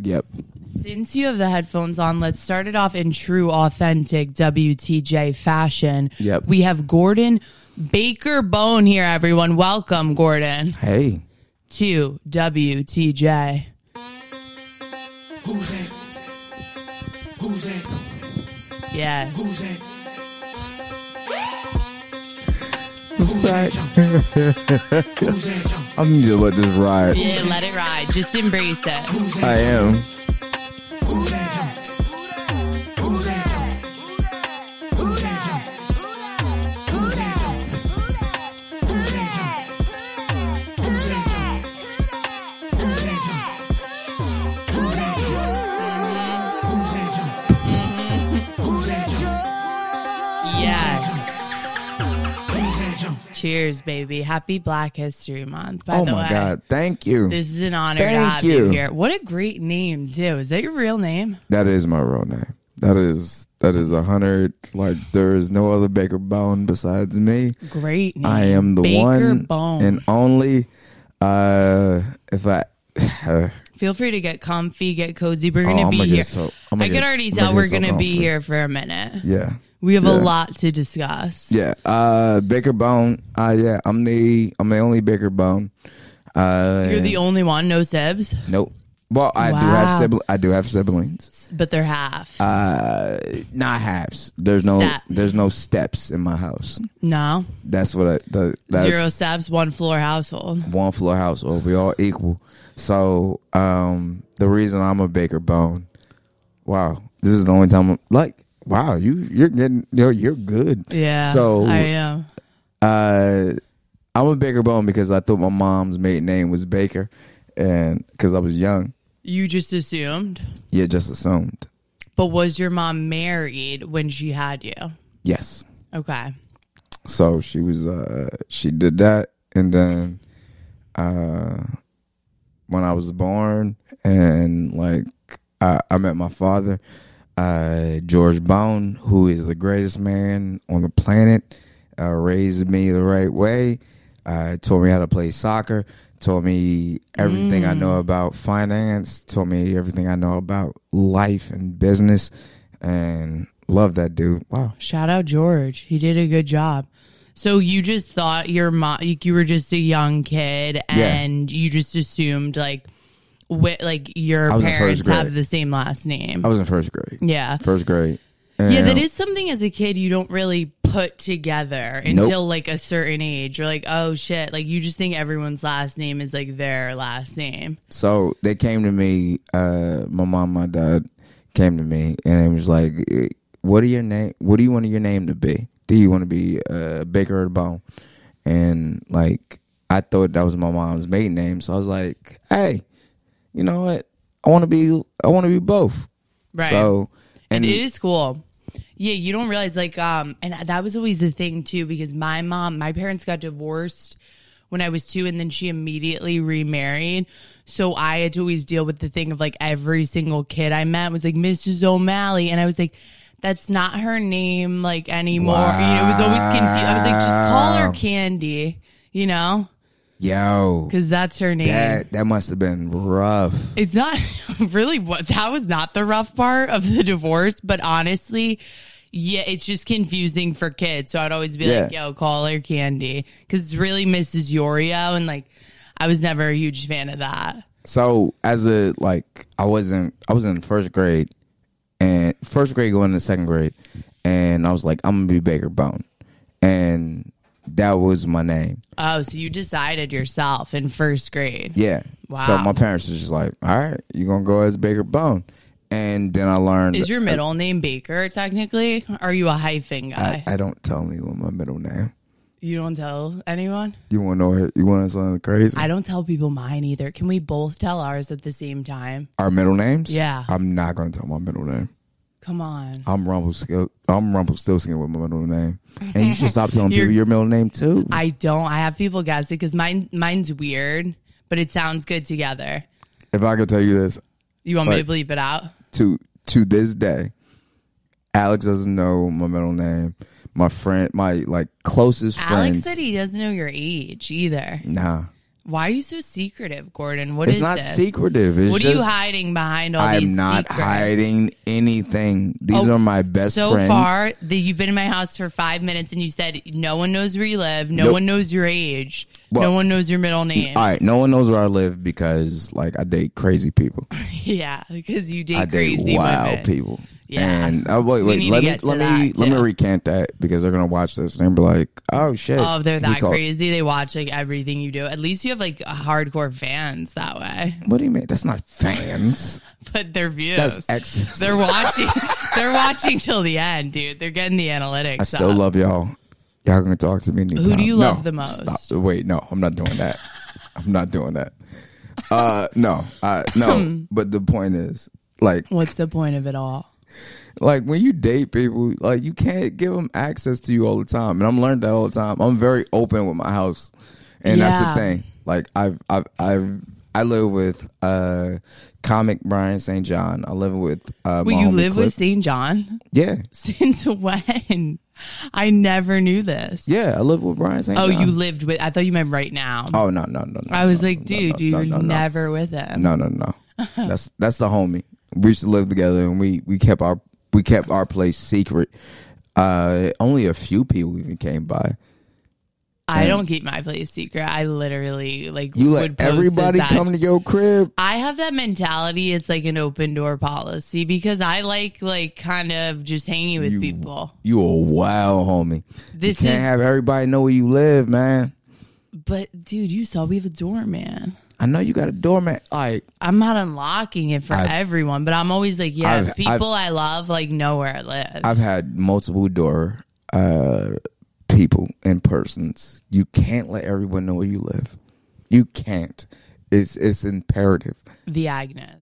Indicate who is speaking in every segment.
Speaker 1: Yep.
Speaker 2: Since you have the headphones on, let's start it off in true, authentic WTJ fashion.
Speaker 1: Yep.
Speaker 2: We have Gordon Baker Bone here, everyone. Welcome, Gordon,
Speaker 1: Hey.
Speaker 2: to WTJ.
Speaker 3: Who's that? Who's that?
Speaker 2: Yeah.
Speaker 3: Who's that? Who's that? Yo?
Speaker 1: I need to let this ride.
Speaker 2: Yeah, let it ride. Just embrace it.
Speaker 3: Who's
Speaker 1: I
Speaker 3: that?
Speaker 1: am.
Speaker 3: Who's that? Yo? Who's that? Yo? Who's that? Yo? Who's that? Yo? Who's that? Yo? Who's that? Yo? Who's that? Yo? Who's that? Yo? Who's that? Yo? Who's that? Yo?
Speaker 2: Yes.
Speaker 3: Who's that? Yo?
Speaker 2: Cheers, baby. Happy Black History Month, by
Speaker 1: Oh
Speaker 2: the
Speaker 1: my
Speaker 2: way.
Speaker 1: God. Thank you.
Speaker 2: This is an honor to
Speaker 1: Thank
Speaker 2: have you.
Speaker 1: you.
Speaker 2: here. What a great name, too. Is that your real name?
Speaker 1: that is my real name. That is that is a hundred. Like there is no other Baker Bone besides me.
Speaker 2: Great name.
Speaker 1: I am the
Speaker 2: Baker
Speaker 1: one
Speaker 2: Bone.
Speaker 1: and only. Uh, if I,
Speaker 2: Feel free to get comfy, get cozy. We're
Speaker 1: Oh,
Speaker 2: going to
Speaker 1: I'm
Speaker 2: be
Speaker 1: gonna
Speaker 2: here.
Speaker 1: get so- I'm gonna
Speaker 2: I
Speaker 1: get-
Speaker 2: can already
Speaker 1: I'm
Speaker 2: tell
Speaker 1: gonna
Speaker 2: we're
Speaker 1: get so
Speaker 2: going to be
Speaker 1: comfy.
Speaker 2: here for a minute.
Speaker 1: yeah,
Speaker 2: We have a
Speaker 1: Yeah.
Speaker 2: lot to discuss.
Speaker 1: yeah. Uh, Baker Bone. Uh, yeah. I'm the I'm the only Baker Bone. Uh,
Speaker 2: You're the only one, no sibs,
Speaker 1: nope. Well, I do
Speaker 2: Wow.
Speaker 1: have sibling. I do have siblings.
Speaker 2: but they're half.
Speaker 1: Uh, not halves. There's no
Speaker 2: Step.
Speaker 1: there's no steps in my house.
Speaker 2: no,
Speaker 1: That's what I the, that's
Speaker 2: zero steps, one floor household.
Speaker 1: one floor house or we all equal. So um the reason I'm a baker bone. Wow. This is the only time I'm like wow, you you're getting you're you're good.
Speaker 2: Yeah,
Speaker 1: So
Speaker 2: I am.
Speaker 1: uh I'm a baker bone because I thought my mom's maiden name was Baker and cuz I was young.
Speaker 2: You just assumed,
Speaker 1: Yeah, just assumed.
Speaker 2: but was your mom married when she had you?
Speaker 1: Yes.
Speaker 2: Okay,
Speaker 1: So she was uh she did that and then uh when I was born and like I, I met my father, uh George Bone, who is the greatest man on the planet, uh raised me the right way, uh taught me how to play soccer, told me everything I know about finance, told me everything I know about life and business and love that dude. Wow.
Speaker 2: shout out George. He did a good job. So you just thought your mom, you were just a young kid, and you just assumed like, wi- like your
Speaker 1: I was in first
Speaker 2: parents have
Speaker 1: grade.
Speaker 2: the same last name.
Speaker 1: I was in first grade.
Speaker 2: yeah,
Speaker 1: First grade.
Speaker 2: Yeah, that
Speaker 1: And-
Speaker 2: is something as a kid you don't really put together until like a certain age. You're like, oh shit, like you just think everyone's last name is like their last name.
Speaker 1: So they came to me. Uh, my mom, my dad came to me, and it was like, "What are your name? What do you want your name to be? Do you want to be uh, Baker or the Bone?" And like, I thought that was my mom's maiden name, so I was like, "Hey, you know what? I want to be. I want to be both."
Speaker 2: Right.
Speaker 1: So, and
Speaker 2: it is cool. Yeah, you don't realize like um and that was always a thing too because my mom, my parents got divorced when I was 2 and then she immediately remarried. So I had to always deal with the thing of like every single kid I met was like Mrs. O'Malley and I was like that's not her name like anymore. You know, it was always confused. I was like just call her
Speaker 1: Wow.
Speaker 2: Candy, you know?
Speaker 1: yo,
Speaker 2: Cuz that's her name.
Speaker 1: that that must have been rough.
Speaker 2: It's not really what that was not the rough part of the divorce, but honestly, yeah, it's just confusing for kids. So I'd always be like,
Speaker 1: Yeah.
Speaker 2: yo, call her Candy because it's really Mrs. Yorio. And like, I was never a huge fan of that.
Speaker 1: So as a like, I wasn't. I was in first grade, and first grade going to second grade, and I was like, I'm gonna be Baker Bone, and that was my name.
Speaker 2: Oh, so you decided yourself in first grade.
Speaker 1: Yeah. So
Speaker 2: Wow.
Speaker 1: my parents was just like, all right, you're gonna go as Baker Bone, and then I learned.
Speaker 2: Is your middle name Baker technically? Are you a hyphen
Speaker 1: I,
Speaker 2: guy?
Speaker 1: I don't tell anyone my middle name.
Speaker 2: you don't tell anyone?
Speaker 1: You want to know? You want to something crazy?
Speaker 2: I don't tell people mine either. Can we both tell ours at the same time?
Speaker 1: Our middle names?
Speaker 2: Yeah.
Speaker 1: I'm not gonna tell my middle name.
Speaker 2: Come on.
Speaker 1: I'm Rumpelstil. I'm Rumpelstiltskin with my middle name, and you should stop telling
Speaker 2: You're-
Speaker 1: people your middle name too.
Speaker 2: I don't. I have people guess it because mine mine's weird, but it sounds good together.
Speaker 1: if I could tell you this,
Speaker 2: You want me to
Speaker 1: Right.
Speaker 2: bleep it out?
Speaker 1: to to this day, Alex doesn't know my middle name. My friend, my like closest
Speaker 2: Alex
Speaker 1: friends.
Speaker 2: said he doesn't know your age either.
Speaker 1: nah,
Speaker 2: Why are you so secretive, Gordon? What is
Speaker 1: It's not
Speaker 2: this?
Speaker 1: secretive. It's
Speaker 2: what are
Speaker 1: just,
Speaker 2: you hiding behind all these
Speaker 1: I'm not
Speaker 2: secrets?
Speaker 1: hiding anything. These
Speaker 2: Oh,
Speaker 1: are my best
Speaker 2: so
Speaker 1: friends.
Speaker 2: far that you've been in my house for five minutes and you said no one knows where you live no
Speaker 1: Nope.
Speaker 2: one knows your age no
Speaker 1: Well,
Speaker 2: one knows your middle name
Speaker 1: All right, no one knows where I live because like I date crazy people.
Speaker 2: yeah because you date
Speaker 1: I date
Speaker 2: crazy
Speaker 1: wild
Speaker 2: women.
Speaker 1: people.
Speaker 2: Yeah.
Speaker 1: And oh wait,
Speaker 2: We
Speaker 1: wait.
Speaker 2: need to
Speaker 1: Let me
Speaker 2: get to
Speaker 1: let me
Speaker 2: that,
Speaker 1: let me
Speaker 2: too.
Speaker 1: recant that because they're gonna watch this and they're gonna be like, oh shit.
Speaker 2: oh if they're
Speaker 1: he
Speaker 2: that
Speaker 1: called-
Speaker 2: crazy they watch like everything you do at least you have like hardcore fans that way
Speaker 1: What do you mean? That's not fans.
Speaker 2: but their views
Speaker 1: That's ex.
Speaker 2: they're watching they're watching till the end dude they're getting the analytics
Speaker 1: I still
Speaker 2: up.
Speaker 1: love y'all. Y'all gonna talk to me anytime.
Speaker 2: do you
Speaker 1: No,
Speaker 2: love the most?
Speaker 1: Stop. Wait, no, I'm not doing that. I'm not doing that. Uh, no, I, no. but the point is, like,
Speaker 2: what's the point of it all
Speaker 1: like when you date people, like you can't give them access to you all the time. And I'm learned that all the time. I'm very open with my house, and
Speaker 2: Yeah.
Speaker 1: that's the thing. Like I've I've I've I live with uh comic Brian St. John. I live with uh,
Speaker 2: well
Speaker 1: my
Speaker 2: you
Speaker 1: homie
Speaker 2: live with
Speaker 1: Cliff.
Speaker 2: st john
Speaker 1: yeah
Speaker 2: since when i never knew this
Speaker 1: yeah I live with Brian St.
Speaker 2: Oh,
Speaker 1: John.
Speaker 2: you lived with? I thought you meant right now.
Speaker 1: Oh no no no! no
Speaker 2: I was
Speaker 1: no,
Speaker 2: like,
Speaker 1: no,
Speaker 2: dude,
Speaker 1: no,
Speaker 2: you
Speaker 1: no,
Speaker 2: were
Speaker 1: no, no.
Speaker 2: never with him.
Speaker 1: No, no, no. That's that's the homie. We used to live together, and we we kept our we kept our place secret. Uh, only a few people even came by.
Speaker 2: I don't keep my place secret. I literally like
Speaker 1: You let
Speaker 2: would post
Speaker 1: everybody
Speaker 2: this on-
Speaker 1: come to your crib.
Speaker 2: I have that mentality. It's like an open door policy because I like like kind of just hanging with people.
Speaker 1: You a wild homie.
Speaker 2: This
Speaker 1: you can't
Speaker 2: is-
Speaker 1: have everybody know where you live, man.
Speaker 2: But dude, you saw we have a doorman.
Speaker 1: I know you got a doormat. Like
Speaker 2: I'm not unlocking it for
Speaker 1: I've-
Speaker 2: everyone, but I'm always like, yeah,
Speaker 1: I've-
Speaker 2: people I love like know where I live.
Speaker 1: I've had multiple door uh people and persons. You can't let everyone know where you live. You can't. It's it's imperative.
Speaker 2: the Agnes.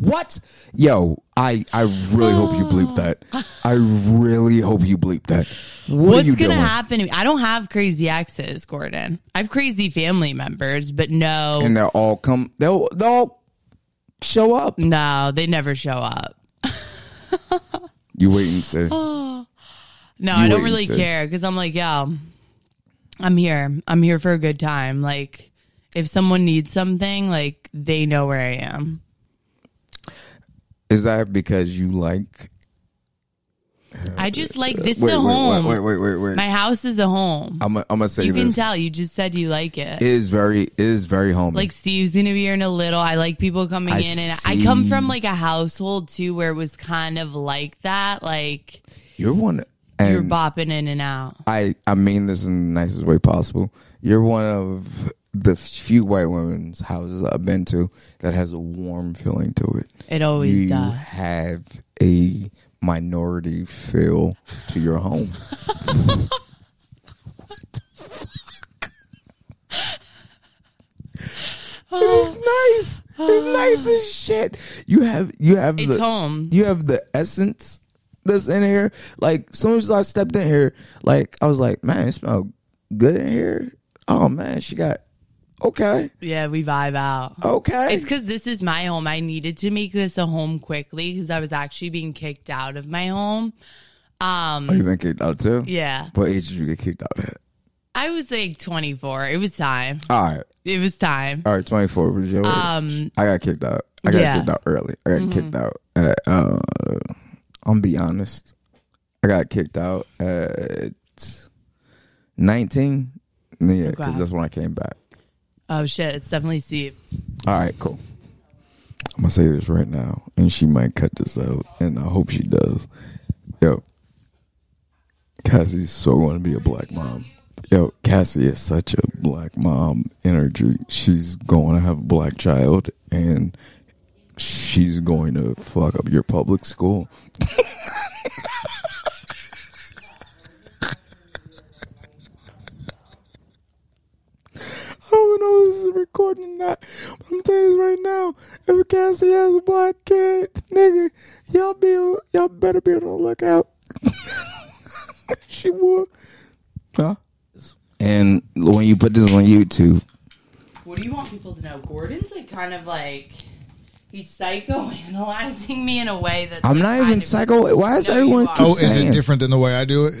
Speaker 1: What? Yo, I I really hope you bleep that. I really hope you bleep that. What are
Speaker 2: What's
Speaker 1: you
Speaker 2: gonna
Speaker 1: doing?
Speaker 2: happen to me? I don't have crazy exes, Gordon. I have crazy family members, but no,
Speaker 1: And they'll all come. They'll they'll show up.
Speaker 2: no, they never show up.
Speaker 1: You waiting to?
Speaker 2: No,
Speaker 1: You
Speaker 2: I don't
Speaker 1: wait and
Speaker 2: really
Speaker 1: see.
Speaker 2: care because I'm like, yo, I'm here. I'm here for a good time. Like, if someone needs something, like they know where I am.
Speaker 1: Is that because you like?
Speaker 2: I just like this
Speaker 1: wait,
Speaker 2: is a
Speaker 1: wait,
Speaker 2: home.
Speaker 1: Wait, wait, wait, wait. wait.
Speaker 2: My house is a home.
Speaker 1: I'm gonna- I'm gonna say
Speaker 2: you
Speaker 1: this.
Speaker 2: can tell. You just said you like it.
Speaker 1: It is very it is very homey.
Speaker 2: like Steve's gonna be here in a little. I like people coming
Speaker 1: I
Speaker 2: in, and I come
Speaker 1: see.
Speaker 2: from like a household too where it was kind of like that. Like
Speaker 1: you're one.
Speaker 2: you're
Speaker 1: And
Speaker 2: bopping in and out.
Speaker 1: I I mean this in the nicest way possible. You're one of the few white women's houses I've been to that has a warm feeling to it.
Speaker 2: It always
Speaker 1: you
Speaker 2: does.
Speaker 1: have a minority feel to your home. It is nice. It's nice as shit. You have you have
Speaker 2: It's
Speaker 1: the,
Speaker 2: home.
Speaker 1: You have the essence that's in here. Like as soon as I stepped in here, like I was like, man, it smells good in here. Oh man, she got okay,
Speaker 2: Yeah, we vibe out.
Speaker 1: okay.
Speaker 2: It's because this is my home. I needed to make this a home quickly because I was actually being kicked out of my home. Um,
Speaker 1: oh, you been kicked out too.
Speaker 2: yeah,
Speaker 1: What age did you get kicked out at?
Speaker 2: I was like 24. It was time.
Speaker 1: All right.
Speaker 2: It was time.
Speaker 1: All right, 24 was your age.
Speaker 2: Um,
Speaker 1: I got kicked out. I got
Speaker 2: yeah. Mm-hmm.
Speaker 1: kicked out early. I got kicked out at, uh, I'm be honest. I got kicked out at 19. Yeah, because
Speaker 2: Okay.
Speaker 1: that's when I came back.
Speaker 2: Oh shit, it's definitely Steve.
Speaker 1: All right, cool. I'm going to say this right now, and she might cut this out, and I hope she does. Yo, Cassie's so going to be a black mom. Yo, Cassie is such a black mom energy. She's going to have a black child, and she's going to fuck up your public school. I don't know if this is recording or not, but I'm telling you this right now. If Cassie has a black kid, nigga, y'all be y'all better be on the lookout. she would. Huh? And when you put this on YouTube,
Speaker 2: What do you want people to know? Gordon's like kind of like he's psychoanalyzing me in a way that
Speaker 1: I'm not even psycho. Why is
Speaker 2: No, you
Speaker 1: everyone?
Speaker 2: are.
Speaker 1: keep
Speaker 4: Oh, is
Speaker 1: saying-
Speaker 4: it different than the way I do it?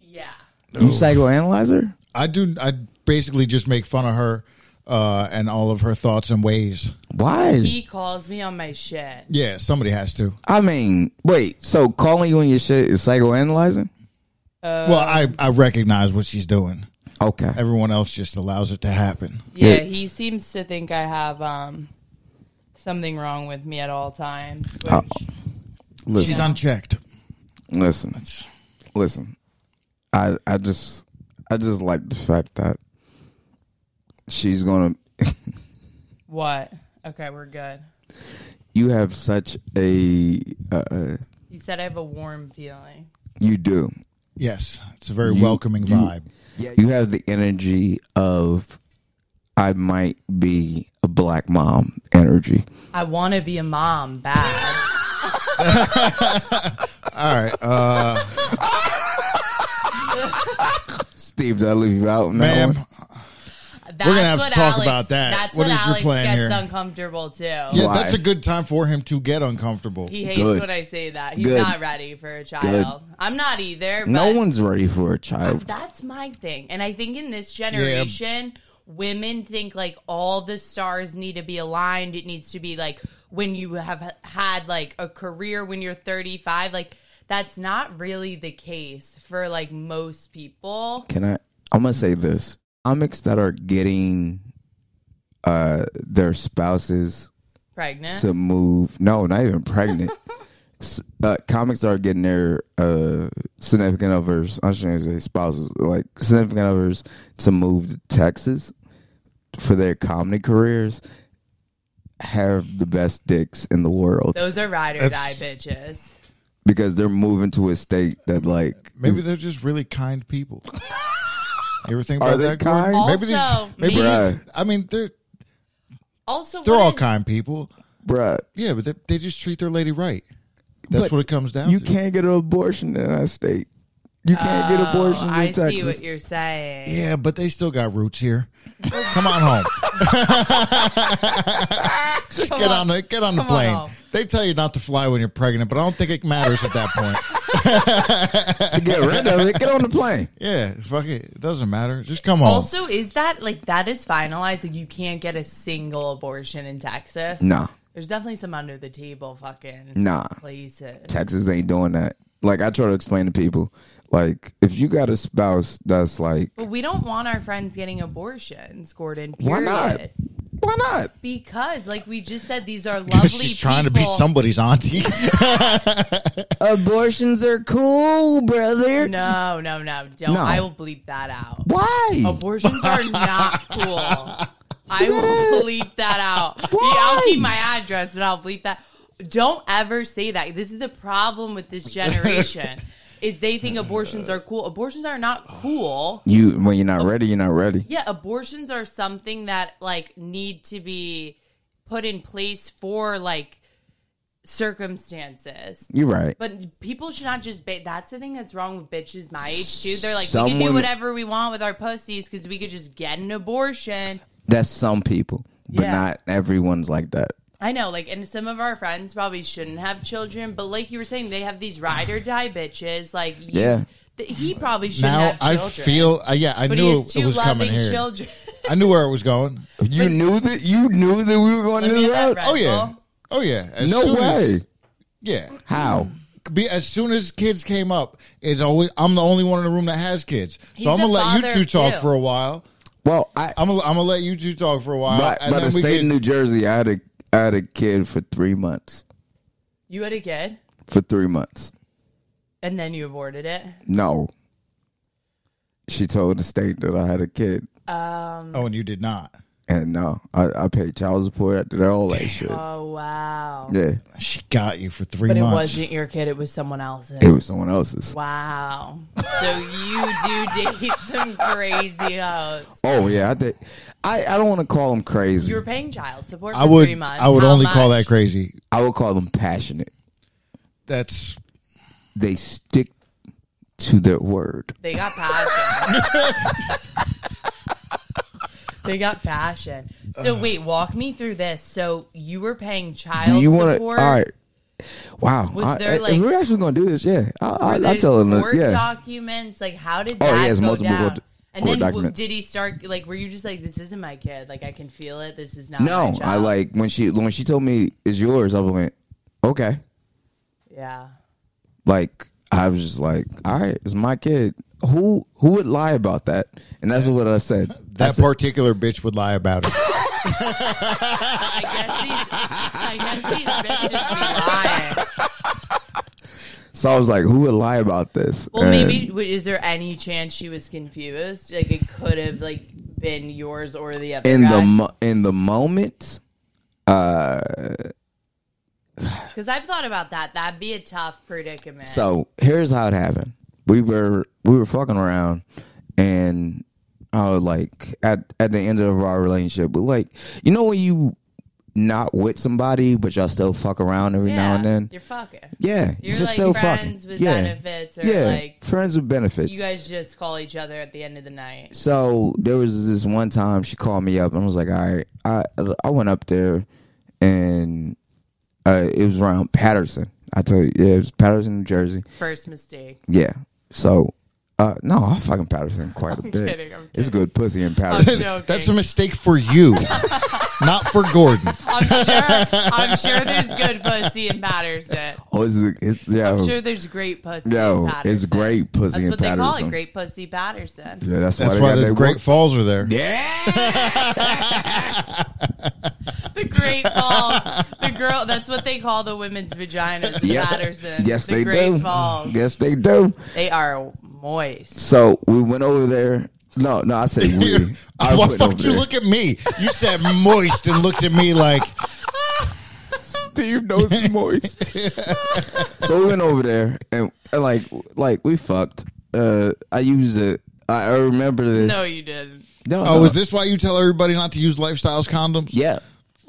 Speaker 2: Yeah.
Speaker 1: You psychoanalyzer?
Speaker 4: I do. I basically just make fun of her uh, and all of her thoughts and ways.
Speaker 1: Why?
Speaker 2: He calls me on my shit.
Speaker 4: Yeah, somebody has to.
Speaker 1: I mean, wait. So calling you on your shit is psychoanalyzing?
Speaker 4: well, I, I recognize what she's doing.
Speaker 1: Okay.
Speaker 4: Everyone else just allows it to happen.
Speaker 2: Yeah,
Speaker 1: Yeah.
Speaker 2: he seems to think I have um something wrong with me at all times. Which,
Speaker 1: Oh. listen,
Speaker 4: She's unchecked.
Speaker 1: listen, listen. I I just I just like the fact that she's gonna.
Speaker 2: What? Okay, we're good.
Speaker 1: you have such a uh, uh,
Speaker 2: He said I have a warm feeling.
Speaker 1: you do.
Speaker 4: Yes, it's a very
Speaker 1: You-
Speaker 4: welcoming
Speaker 1: you-
Speaker 4: vibe.
Speaker 1: You have the energy of I might be a black mom energy.
Speaker 2: I want to be a mom bad.
Speaker 4: All right, uh,
Speaker 1: Steve, did I leave you out, on that
Speaker 4: ma'am.
Speaker 1: one?
Speaker 2: That's
Speaker 4: gonna have to
Speaker 2: what
Speaker 4: talk
Speaker 2: Alex,
Speaker 4: about that.
Speaker 2: That's
Speaker 4: What
Speaker 2: what,
Speaker 4: is your
Speaker 2: Alex
Speaker 4: plan
Speaker 2: gets
Speaker 4: here?
Speaker 2: uncomfortable too.
Speaker 4: Yeah,
Speaker 1: Why?
Speaker 4: that's a good time for him to get uncomfortable.
Speaker 2: He hates
Speaker 1: Good.
Speaker 2: when I say that. He's
Speaker 1: Good.
Speaker 2: not ready for a child. I'm not either. But
Speaker 1: No one's ready for a child.
Speaker 2: That's my thing. And I think in this generation, women think like all the stars need to be aligned. It needs to be like when you have had like a career when you're 35. Like that's not really the case for like most people.
Speaker 1: Can I? I'm gonna say this: comics that are getting uh their spouses
Speaker 2: Pregnant.
Speaker 1: to move. No, not even pregnant. S- uh, comics that are getting their uh significant others. I shouldn't say spouses, like significant others, to move to Texas for their comedy careers. Have the best dicks in the world
Speaker 2: Those are ride or die
Speaker 4: That's-
Speaker 2: bitches.
Speaker 1: because they're moving to a state that, like,
Speaker 4: Maybe they're just really kind people. You ever think
Speaker 1: Are
Speaker 4: about
Speaker 1: they
Speaker 4: that? Gordon?
Speaker 1: kind?
Speaker 4: maybe
Speaker 2: Also,
Speaker 4: these, maybe
Speaker 2: me-
Speaker 4: these- I mean, they're
Speaker 2: Also,
Speaker 4: they're
Speaker 2: what
Speaker 4: all
Speaker 2: is-
Speaker 4: kind people.
Speaker 1: bruh,
Speaker 4: Yeah, but they, they just treat their lady right. That's
Speaker 1: But
Speaker 4: what it comes down
Speaker 1: you
Speaker 4: to.
Speaker 1: can't get an abortion in that state. You can't get abortion in
Speaker 2: Oh, I
Speaker 1: Texas.
Speaker 2: see what you're saying.
Speaker 4: Yeah, but they still got roots here. Come on home. Just get on the get on the
Speaker 2: Come on
Speaker 4: plane.
Speaker 2: home.
Speaker 4: they tell you not to fly when you're pregnant, but I don't think it matters at that point.
Speaker 1: Get rid of it. Get on the plane.
Speaker 4: Yeah, fuck it. It doesn't matter. Just come home.
Speaker 2: Also, is that like that is finalized? Like you can't get a single abortion in Texas.
Speaker 1: Nah,
Speaker 2: There's definitely some under the table fucking
Speaker 1: Nah.
Speaker 2: places.
Speaker 1: Texas ain't doing that. Like I try to explain to people, like if you got a spouse that's like,
Speaker 2: But we don't want our friends getting abortions, Gordon. Period.
Speaker 1: why not? Why not?
Speaker 2: Because, like we just said, these are
Speaker 4: She
Speaker 2: lovely.
Speaker 4: was just trying to be
Speaker 2: people.
Speaker 4: somebody's auntie.
Speaker 1: Abortions are cool, brother.
Speaker 2: No, no, no, don't.
Speaker 1: No.
Speaker 2: I will bleep that out.
Speaker 1: Why?
Speaker 2: Abortions are not cool. I will bleep that out. Yeah, I'll keep my address, but I'll bleep that. Don't ever say that. This is the problem with this generation. Is they think abortions are cool. Abortions are not cool.
Speaker 1: you when you're not ready, you're not ready.
Speaker 2: Yeah, abortions are something that like need to be put in place for like circumstances.
Speaker 1: You're right.
Speaker 2: But people should not just. Ba- that's the thing that's wrong with bitches my age too. They're like, we can
Speaker 1: Someone-
Speaker 2: do whatever we want with our pussies because we could just get an abortion.
Speaker 1: That's some people, but
Speaker 2: Yeah.
Speaker 1: not everyone's like that.
Speaker 2: I know, like, and some of our friends probably shouldn't have children, but like you were saying, they have these ride or die bitches. Like, you,
Speaker 1: Yeah.
Speaker 2: th- he probably shouldn't
Speaker 4: now
Speaker 2: have
Speaker 4: I
Speaker 2: children.
Speaker 4: feel. Uh, yeah, I
Speaker 2: but he
Speaker 4: knew
Speaker 2: has
Speaker 4: it
Speaker 2: two
Speaker 4: was coming
Speaker 2: loving
Speaker 4: here.
Speaker 2: children.
Speaker 4: I knew where it was going.
Speaker 1: You knew that. You knew that we were going
Speaker 2: Let
Speaker 1: to
Speaker 2: me
Speaker 1: this
Speaker 2: get that
Speaker 1: route.
Speaker 2: right.
Speaker 4: Oh yeah.
Speaker 2: Well-
Speaker 4: Oh yeah. As
Speaker 1: No
Speaker 4: soon
Speaker 1: way.
Speaker 4: as- yeah.
Speaker 1: How?
Speaker 2: Mm.
Speaker 4: be, as soon as kids came up, it's always I'm the only one in the room that has kids. So I'm
Speaker 2: a
Speaker 4: gonna let you
Speaker 2: father
Speaker 4: two
Speaker 2: of
Speaker 4: talk
Speaker 2: two.
Speaker 4: for a while.
Speaker 1: Well, I
Speaker 4: I'm gonna, I'm gonna let you two talk for a while,
Speaker 1: by,
Speaker 4: Oh, uh, and
Speaker 1: by the
Speaker 4: then we
Speaker 1: state of
Speaker 4: can.
Speaker 1: New Jersey, I had a I had a kid for three months.
Speaker 2: you had a kid,
Speaker 1: For three months.
Speaker 2: and then you aborted it.
Speaker 1: No. She told the state that I had a kid.
Speaker 4: Oh, and you did not.
Speaker 1: And no, I, I paid child support. I did all that shit.
Speaker 2: Oh, wow.
Speaker 1: Yeah.
Speaker 4: She got you for three
Speaker 2: But it
Speaker 4: months.
Speaker 2: wasn't your kid, it was someone else's.
Speaker 1: It was someone else's.
Speaker 2: Wow. So you do date some crazy hoes.
Speaker 1: Oh, yeah. I did. I, I don't want to call them crazy.
Speaker 2: You were paying child support for
Speaker 4: I would
Speaker 2: three months.
Speaker 4: I would
Speaker 2: How
Speaker 4: only call
Speaker 2: much?
Speaker 4: that crazy.
Speaker 1: I would call them passionate.
Speaker 4: That's
Speaker 1: They stick to their word.
Speaker 2: They got passion. they got passion. So
Speaker 4: Uh-huh.
Speaker 2: wait, walk me through this. So you were paying child
Speaker 1: Do you want to? All
Speaker 2: support.
Speaker 1: right. Wow.
Speaker 2: Was
Speaker 1: I- eh,
Speaker 2: there,
Speaker 1: I- if
Speaker 2: like-
Speaker 1: we're actually going to do this. Yeah. I, I,
Speaker 2: Were
Speaker 1: I'll
Speaker 2: there
Speaker 1: tell them.
Speaker 2: court
Speaker 1: Yeah.
Speaker 2: documents. Like how did
Speaker 1: Oh,
Speaker 2: that
Speaker 1: yes,
Speaker 2: go
Speaker 1: multiple
Speaker 2: down?
Speaker 1: court-
Speaker 2: and And
Speaker 1: court
Speaker 2: then w-
Speaker 1: documents.
Speaker 2: did he start like? Were you just like, this isn't my kid? Like I can feel it. This is not. my
Speaker 1: No,
Speaker 2: child.
Speaker 1: I like when she when she told me it's yours. I went okay.
Speaker 2: Yeah.
Speaker 1: Like I was just like, all right, it's my kid. Who who would lie about that? And that's what I said.
Speaker 4: That particular bitch would lie about it.
Speaker 2: I guess these. I guess these bitches be lying.
Speaker 1: So I was like, who would lie about this?
Speaker 2: Well,
Speaker 1: And-
Speaker 2: maybe w- is there any chance she was confused? Like it could have like been yours or the other
Speaker 1: in the
Speaker 2: guy's?
Speaker 1: mo- in the moment. uh,
Speaker 2: Because I've thought about that. That'd be a tough predicament.
Speaker 1: So here's how it happened. We were we were fucking around, and I was like at at the end of our relationship, but like you know when you not with somebody but y'all still fuck around every now and then.
Speaker 2: you're fucking.
Speaker 1: Yeah,
Speaker 2: You're
Speaker 1: just
Speaker 2: like
Speaker 1: still
Speaker 2: friends
Speaker 1: fucking.
Speaker 2: with
Speaker 1: yeah.
Speaker 2: benefits, or
Speaker 1: yeah,
Speaker 2: like
Speaker 1: friends with benefits.
Speaker 2: you guys just call each other at the end of the night.
Speaker 1: so there was this one time she called me up and I was like, all right, I I went up there and uh, it was around Patterson. I tell you, yeah, it was Patterson, New Jersey.
Speaker 2: First mistake.
Speaker 1: Yeah. So, uh, no, I fucking Patterson quite a bit.
Speaker 2: kidding, I'm
Speaker 1: It's good pussy in Patterson.
Speaker 2: joking.
Speaker 4: That's a mistake for you, not for Gordon.
Speaker 2: I'm sure. I'm sure there's good pussy in Patterson.
Speaker 1: oh, it's, it's yeah,
Speaker 2: I'm sure there's great pussy.
Speaker 1: Yo,
Speaker 2: in
Speaker 1: it's
Speaker 2: Patterson.
Speaker 1: great pussy
Speaker 2: That's
Speaker 1: in
Speaker 2: what they call
Speaker 1: Patterson.
Speaker 2: it, great pussy Patterson.
Speaker 1: yeah. That's,
Speaker 4: That's
Speaker 1: why,
Speaker 4: why
Speaker 1: they got
Speaker 4: the
Speaker 1: that
Speaker 4: Great
Speaker 1: work-
Speaker 4: Falls are there.
Speaker 1: Yeah.
Speaker 2: The Great Falls, the girl. That's what they call the women's vaginas in
Speaker 1: Yeah.
Speaker 2: Patterson.
Speaker 1: Yes,
Speaker 2: the
Speaker 1: they
Speaker 2: Great
Speaker 1: do.
Speaker 2: Falls.
Speaker 1: Yes, they do.
Speaker 2: They are moist.
Speaker 1: So we went over there. No, no, I said we. I
Speaker 4: Why
Speaker 1: went
Speaker 4: fuck
Speaker 1: over
Speaker 4: you
Speaker 1: there.
Speaker 4: look at me? You said moist and looked at me like
Speaker 1: Steve knows he's moist. so we went over there and, and like like we fucked. Uh, I used it. I I remember this.
Speaker 2: No, you didn't.
Speaker 1: no,
Speaker 4: Oh,
Speaker 1: no.
Speaker 4: is this why you tell everybody not to use lifestyles condoms?
Speaker 1: yeah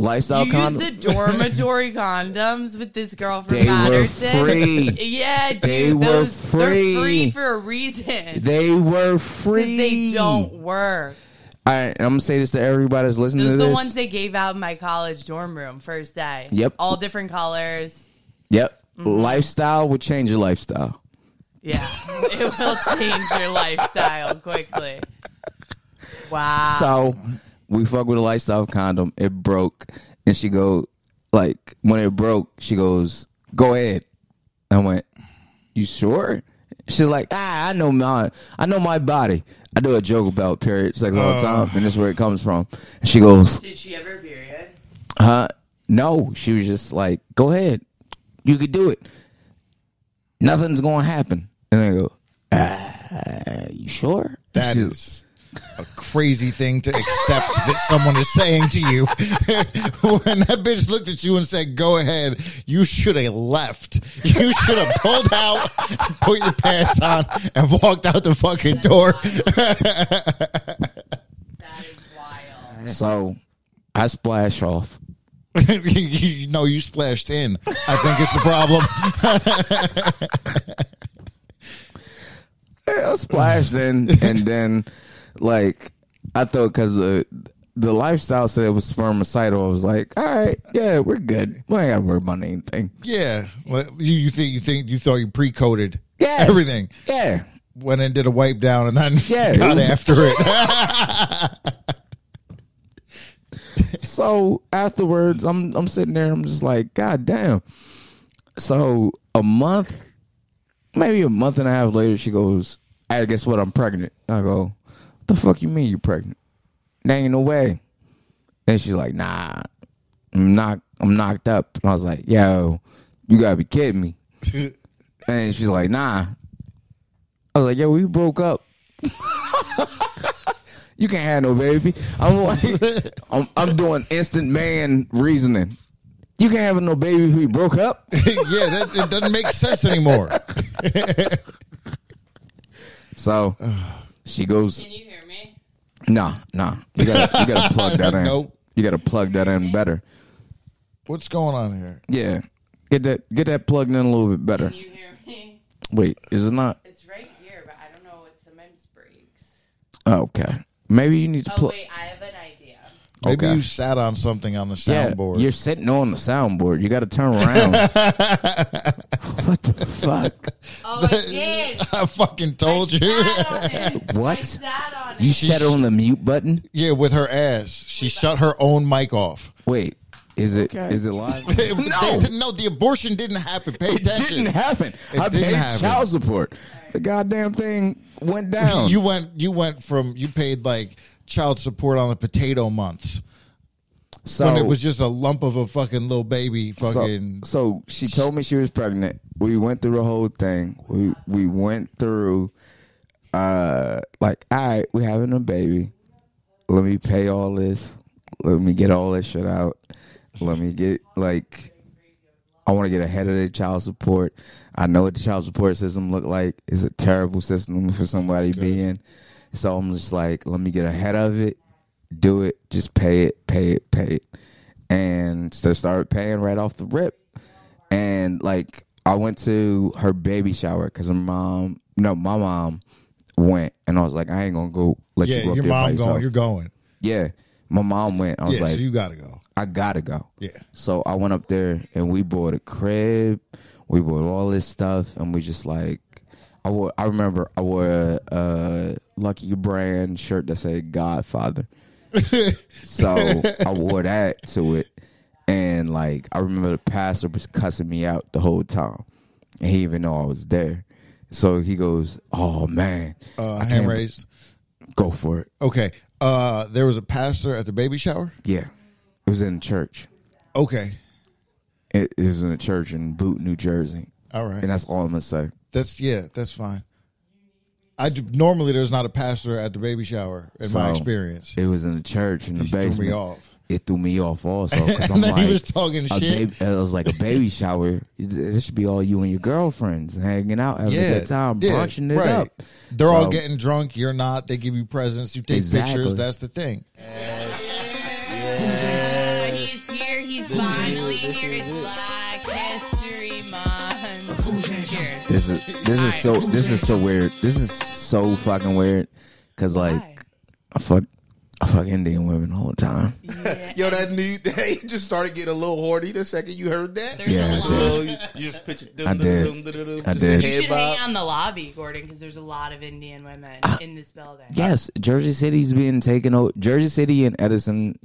Speaker 1: lifestyle
Speaker 2: you
Speaker 1: condom?
Speaker 2: used the dormitory condoms with this girl from
Speaker 1: They were
Speaker 2: Patterson.
Speaker 1: free.
Speaker 2: Yeah, dude,
Speaker 1: They were
Speaker 2: those
Speaker 1: free.
Speaker 2: they're free for a reason.
Speaker 1: They were
Speaker 2: 'Cause
Speaker 1: free.
Speaker 2: they don't work.
Speaker 1: All right, I'm gonna say this to everybody that's listening
Speaker 2: Those are
Speaker 1: to
Speaker 2: the
Speaker 1: this.
Speaker 2: ones they gave out in my college dorm room first day.
Speaker 1: Yep.
Speaker 2: All different colors.
Speaker 1: yep,
Speaker 2: Mm-hmm.
Speaker 1: lifestyle will change your lifestyle.
Speaker 2: Yeah. it will change your lifestyle quickly. Wow.
Speaker 1: So we fuck with a lifestyle condom. It broke, and she go like when it broke, she goes, "Go ahead." I went, "You sure?" She's like, "Ah, I know my, I know my body. I do a joke about period sex all
Speaker 4: Uh.
Speaker 1: the time, and this is where it comes from." She goes,
Speaker 2: Did she ever period?
Speaker 1: Huh? No, she was just like, "Go ahead, you could do it. Nothing's gonna happen." And I go, uh, "You sure?"
Speaker 4: That
Speaker 1: She's-
Speaker 4: is a crazy thing to accept that someone is saying to you. when that bitch looked at you and said, "Go ahead," you should have left. You should have pulled out, put your pants on, and walked out the fucking door.
Speaker 2: That is wild.
Speaker 1: so. I splash off.
Speaker 4: no, you splashed in. I think it's the problem.
Speaker 1: Yeah, I splashed in, and then like I thought because the the lifestyle said it was spermicidal. I was like, "All right, yeah, we're good. We ain't gotta worry about anything."
Speaker 4: yeah, Well, you, you think you think you thought you pre-coded
Speaker 1: Yeah.
Speaker 4: everything.
Speaker 1: Yeah,
Speaker 4: Went and did a wipe down and then
Speaker 1: Yeah.
Speaker 4: got after it.
Speaker 1: So afterwards, I'm I'm sitting there. I'm just like, God damn. So a month, maybe a month and a half later, she goes, "I guess what? I'm pregnant." And I go, "The fuck you mean you pregnant? There ain't no way." And she's like, "Nah, I'm knock, I'm knocked up." And I was like, "Yo, you gotta be kidding me." And she's like, "Nah." I was like, "Yo, we broke up." you can't have no baby. I'm like, I'm, I'm doing instant man reasoning. You can't have no baby if we broke up.
Speaker 4: yeah, that it doesn't make sense anymore.
Speaker 1: So she goes,
Speaker 2: Can you hear me?
Speaker 1: nah, nah. You gotta, you gotta plug that in.
Speaker 4: Nope.
Speaker 1: You gotta plug that in better.
Speaker 4: What's going on here?
Speaker 1: Yeah, get that, get that plugged in a little bit better.
Speaker 2: Can you hear me?
Speaker 1: Wait, is it not?
Speaker 2: It's right here, but I don't know. It sometimes breaks.
Speaker 1: Oh, okay, maybe you need to
Speaker 2: Oh
Speaker 1: plug.
Speaker 2: wait, I have an idea.
Speaker 4: Maybe
Speaker 1: Okay.
Speaker 4: you sat on something on the
Speaker 1: Yeah,
Speaker 4: soundboard.
Speaker 1: you're sitting on the soundboard. You got to turn around. what the fuck?
Speaker 2: Oh, I did.
Speaker 4: I fucking told you.
Speaker 2: I
Speaker 1: What?
Speaker 2: sat on
Speaker 1: You
Speaker 2: it.
Speaker 1: sat on the mute button.
Speaker 4: Yeah, with her ass. She shut her own mic off.
Speaker 1: Wait, is it is it live?
Speaker 4: no, no, the abortion didn't happen. Pay
Speaker 1: It
Speaker 4: attention.
Speaker 1: didn't happen.
Speaker 4: It
Speaker 1: I
Speaker 4: didn't
Speaker 1: paid
Speaker 4: happen.
Speaker 1: child support. The goddamn thing went down.
Speaker 4: You went. You went from you paid like child support on the potato months
Speaker 1: so
Speaker 4: when it was just a lump of a fucking little baby. Fucking
Speaker 1: So, so she told me she was pregnant. We went through the whole thing. We we went through uh like all right, we having a baby. Let me pay all this. Let me get all this shit out. Let me get like I want to get ahead of the child support. I know what the child support system look like. It's a terrible system for somebody being. So I'm just like, let me get ahead of it. Do it. Just pay it. Pay it. Pay it. And so started paying right off the rip. And like I went to her baby shower because her mom, no, my mom went, and I was like, I ain't gonna go let
Speaker 4: yeah,
Speaker 1: you go up
Speaker 4: your
Speaker 1: there by
Speaker 4: mom
Speaker 1: yourself.
Speaker 4: going. You're going.
Speaker 1: yeah, my mom went. I was
Speaker 4: Yeah,
Speaker 1: like,
Speaker 4: so you gotta go.
Speaker 1: I gotta go.
Speaker 4: Yeah.
Speaker 1: So I went up there and we bought a crib. We bought all this stuff and we just like I wore I remember I wore a, a Lucky Brand shirt that said Godfather. so I wore that to it and like I remember the pastor was cussing me out the whole time. And he even know I was there. So he goes, "Oh man,
Speaker 4: Uh,
Speaker 1: I
Speaker 4: hand
Speaker 1: can't-
Speaker 4: raised.
Speaker 1: Go for it."
Speaker 4: Okay. Uh, there was a pastor at the baby shower.
Speaker 1: Yeah, it was in church.
Speaker 4: Okay.
Speaker 1: It, it was in a church in Boot, New Jersey.
Speaker 4: All right.
Speaker 1: And that's all I'm gonna say.
Speaker 4: That's yeah, that's fine. I do, normally there's not a pastor at the baby shower in my
Speaker 1: So,
Speaker 4: experience.
Speaker 1: It was in the church in the
Speaker 4: Threw me
Speaker 1: basement.
Speaker 4: off.
Speaker 1: It threw me off also. 'cause I'm
Speaker 4: then
Speaker 1: like,
Speaker 4: he was talking
Speaker 1: a
Speaker 4: shit.
Speaker 1: baby- it was like a baby shower. It- This should be all you and your girlfriends hanging out, having
Speaker 4: yeah,
Speaker 1: a good time,
Speaker 4: yeah,
Speaker 1: brunching it
Speaker 4: right.
Speaker 1: up.
Speaker 4: They're all
Speaker 1: So,
Speaker 4: getting drunk. You're not. They give you presents. You take
Speaker 1: Exactly.
Speaker 4: pictures. That's the thing.
Speaker 2: He's here. He's finally here. It's Black History Month. Cheers.
Speaker 1: This is this is so this is so weird. This is so fucking weird. Cause like
Speaker 2: Why?
Speaker 1: I fuck I fuck Indian women all the time.
Speaker 5: Yo, that need they just started getting a little horny the second you heard that.
Speaker 2: There's
Speaker 1: Yeah,
Speaker 2: a
Speaker 1: I
Speaker 2: lot.
Speaker 5: Well, you, you just picture.
Speaker 1: I did. I did.
Speaker 2: You should hang on the lobby, Gordon, because there's a lot of Indian women
Speaker 5: Ah.
Speaker 2: in this building.
Speaker 1: Yes, Jersey City's being taken over. Jersey City and Edison,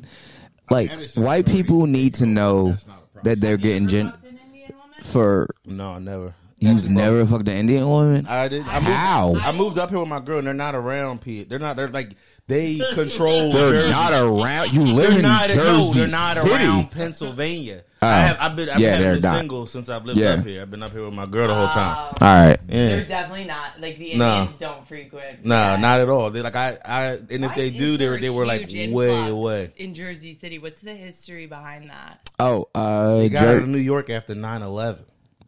Speaker 1: like
Speaker 4: Edison's
Speaker 1: white people need to know that they're getting gen
Speaker 2: Fucked an Indian woman?
Speaker 1: for
Speaker 5: No, never.
Speaker 1: you've never fucked an Indian woman.
Speaker 5: I did. I moved,
Speaker 1: How?
Speaker 5: I moved up here with my girl, and they're not around. Pete, they're not. They're like they control.
Speaker 1: They're
Speaker 5: Jersey.
Speaker 1: not around. You live
Speaker 5: They're
Speaker 1: in
Speaker 5: not.
Speaker 1: Jersey
Speaker 5: no, they're not
Speaker 1: City.
Speaker 5: around Pennsylvania. I have. I've been. I've
Speaker 1: Yeah,
Speaker 5: been
Speaker 1: they're not.
Speaker 5: single since I've lived
Speaker 1: Yeah.
Speaker 5: up here. I've been up here with my girl the whole time.
Speaker 1: All right.
Speaker 2: Oh, They're
Speaker 5: Yeah.
Speaker 2: definitely not. Like the
Speaker 5: No.
Speaker 2: Indians don't frequent.
Speaker 5: Nah,
Speaker 2: that.
Speaker 5: not at all. They like I. I and if
Speaker 2: Why
Speaker 5: they
Speaker 2: is
Speaker 5: do, they
Speaker 2: there
Speaker 5: were
Speaker 2: a
Speaker 5: they were like
Speaker 2: huge
Speaker 5: way
Speaker 2: influx
Speaker 5: away.
Speaker 2: in Jersey City. What's the history behind that?
Speaker 1: Oh, uh,
Speaker 5: They got out
Speaker 1: Jer-
Speaker 5: of New York after 9-11.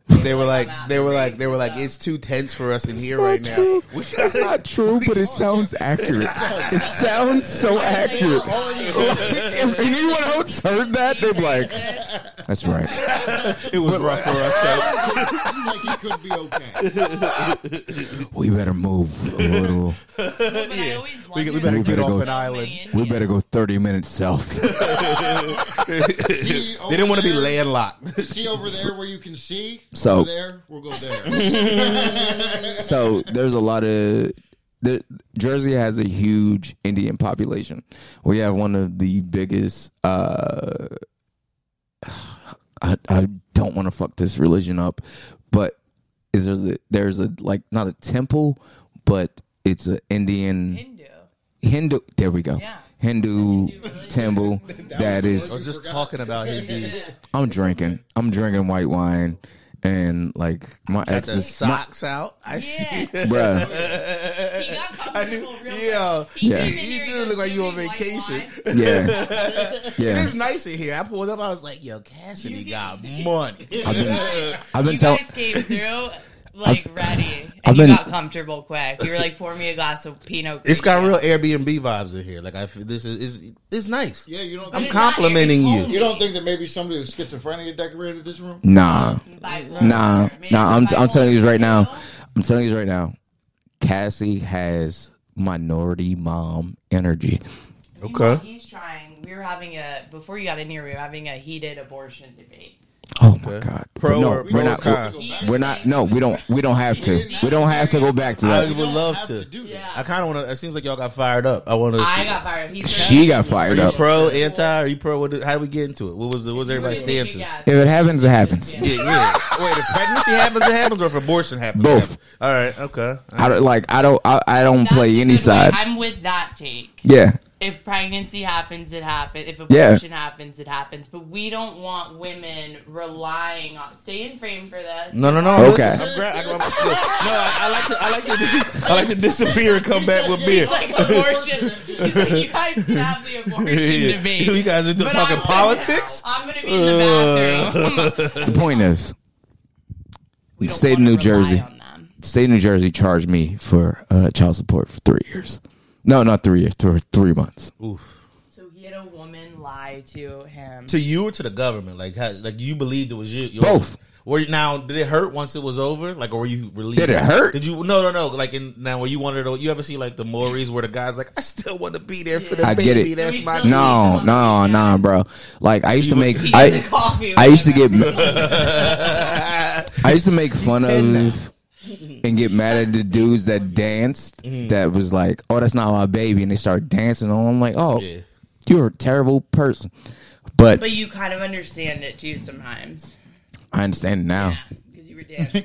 Speaker 5: They were like,
Speaker 2: out
Speaker 5: they
Speaker 2: the
Speaker 5: were like,
Speaker 2: race
Speaker 5: they were like,
Speaker 2: and
Speaker 5: it's too tense for us in here
Speaker 1: Not
Speaker 5: right now.
Speaker 1: true. That's not true, but it sounds accurate. It sounds so accurate. if anyone else heard that, they'd be like, "That's right."
Speaker 5: It was rough for us. though.
Speaker 4: like he could be okay.
Speaker 1: We better move a little.
Speaker 2: I
Speaker 5: yeah.
Speaker 2: always
Speaker 5: We, we
Speaker 2: wondered
Speaker 5: better
Speaker 1: We
Speaker 5: get
Speaker 1: better
Speaker 5: off
Speaker 1: go-
Speaker 5: an island.
Speaker 1: We better go thirty minutes south.
Speaker 4: See over
Speaker 5: They didn't want to be
Speaker 4: there-
Speaker 5: landlocked.
Speaker 4: See over there where you can see.
Speaker 1: So-
Speaker 4: over there we'll go there.
Speaker 1: so there's a lot of the Jersey has a huge Indian population. We have one of the biggest. Uh, I, I don't want to fuck this religion up, but is there's a, there's a like not a temple, but it's an Indian
Speaker 2: Hindu.
Speaker 1: Hindu. There we go.
Speaker 2: Yeah.
Speaker 1: Hindu temple that is
Speaker 5: I was just talking about Hindus.
Speaker 1: I'm drinking. I'm drinking white wine, and like my
Speaker 5: Got the
Speaker 1: ex's my,
Speaker 5: socks out. I see.
Speaker 2: Yeah.
Speaker 1: bruh.
Speaker 2: He got
Speaker 5: I knew.
Speaker 2: comfortable real quick.
Speaker 5: Yeah.
Speaker 2: He
Speaker 1: Yeah.
Speaker 2: came in
Speaker 5: You-
Speaker 2: here,
Speaker 5: You
Speaker 2: he
Speaker 5: do
Speaker 2: goes,
Speaker 5: look like you on
Speaker 2: "Give me white
Speaker 5: vacation.
Speaker 2: wine."
Speaker 1: Yeah,
Speaker 5: It
Speaker 1: yeah.
Speaker 5: is nice in here. I pulled up. I was like, "Yo, Cassidy got money."
Speaker 1: I've been, I've been
Speaker 2: you
Speaker 1: telling.
Speaker 2: guys came through like ready, and
Speaker 1: I've
Speaker 2: you
Speaker 1: been-
Speaker 2: got comfortable quick. You were like, "Pour me a glass of Pinot."
Speaker 5: It's got
Speaker 2: Grigio."
Speaker 5: real Airbnb vibes in here. Like I, f- this is it's, it's nice.
Speaker 4: yeah, you don't.
Speaker 5: I'm
Speaker 4: Think,
Speaker 2: It's not
Speaker 5: complimenting
Speaker 2: Eric's
Speaker 5: you.
Speaker 2: home.
Speaker 4: you don't think that maybe somebody with schizophrenia decorated this room?
Speaker 1: Nah,
Speaker 2: By-
Speaker 1: nah,
Speaker 2: Maybe
Speaker 1: nah. I'm,
Speaker 2: by
Speaker 1: I'm telling you this right now.
Speaker 2: Pinot.
Speaker 1: I'm telling you this right now. Cassie has minority mom energy.
Speaker 5: Okay.
Speaker 2: He's trying. we were having a before you got in here. We were having a heated abortion debate.
Speaker 1: Oh my God!
Speaker 5: Pro
Speaker 1: no,
Speaker 5: or-
Speaker 1: we're
Speaker 5: pro
Speaker 1: not.
Speaker 5: con?
Speaker 1: We're, we're not. No, we don't. We don't have to. We don't have to go back to
Speaker 5: I would
Speaker 1: that.
Speaker 5: love
Speaker 4: have
Speaker 5: to.
Speaker 4: to do that.
Speaker 2: Yeah.
Speaker 5: I kind of want to. It seems like y'all got fired up. I want to.
Speaker 2: I got fired. He said-
Speaker 1: She got fired
Speaker 5: Are you
Speaker 1: up.
Speaker 5: pro, anti? Are you pro? What, did- how do we get into it? What was the? What was everybody's
Speaker 2: You were taking
Speaker 5: stances?
Speaker 2: gas.
Speaker 1: If it happens, it happens.
Speaker 2: Yeah.
Speaker 5: Yeah, yeah. Wait, if pregnancy happens, it happens, or if abortion happens, it
Speaker 1: Both.
Speaker 5: happens. All right, okay.
Speaker 1: I don't like. I don't. I, I don't
Speaker 2: That's a
Speaker 1: play
Speaker 2: good
Speaker 1: any
Speaker 2: way.
Speaker 1: side.
Speaker 2: I'm with that take.
Speaker 1: Yeah.
Speaker 2: If pregnancy happens, it happens. If
Speaker 1: Yeah.
Speaker 2: abortion happens, it happens. But we don't want women relying on. Stay in frame for this.
Speaker 5: No, no, no.
Speaker 1: Okay.
Speaker 5: listen, I'm gra- I, I'm, look, no, I, I like to. I like to. I like to disappear and come back with beer.
Speaker 2: He's like abortion. He's like, you guys can have the abortion
Speaker 5: Yeah.
Speaker 2: debate.
Speaker 5: You guys are just
Speaker 2: But
Speaker 5: talking
Speaker 2: I'm gonna-
Speaker 5: politics.
Speaker 2: I'm gonna be in
Speaker 1: Uh.
Speaker 2: the bathroom.
Speaker 1: The point is,
Speaker 2: We
Speaker 1: the
Speaker 2: don't
Speaker 1: state of
Speaker 2: wanna
Speaker 1: New
Speaker 2: rely
Speaker 1: Jersey.
Speaker 2: on them.
Speaker 1: the State of New Jersey charged me for uh, child support for three years. No, not three years. Three, three months.
Speaker 2: So he had a woman lie to him.
Speaker 5: To you or to the government? Like, how, like you believed it was you? yours?
Speaker 1: Both.
Speaker 5: Were you, now? Did it hurt once it was over? Like, or were you relieved?
Speaker 1: Did it hurt?
Speaker 5: Did you? No, no, no. Like, in, now were you one of those? You ever see like the Maury's where the guys like, I still want to be there for the
Speaker 1: I get
Speaker 5: baby.
Speaker 1: it.
Speaker 5: That's my
Speaker 2: No,
Speaker 1: No, no, no, bro. Like I used to make
Speaker 2: He had the
Speaker 1: I
Speaker 2: coffee
Speaker 1: I used to get
Speaker 2: whatever.
Speaker 1: I used to make fun
Speaker 5: 10
Speaker 1: of and get mad at the dudes that danced
Speaker 5: Mm-hmm.
Speaker 1: that was like, "Oh, that's not my baby," and they start dancing. on. I'm like, "Oh,
Speaker 5: Yeah.
Speaker 1: you're a terrible person," but
Speaker 2: But you kind of understand it too sometimes.
Speaker 1: I understand it now.
Speaker 2: Yeah, because you were dancing.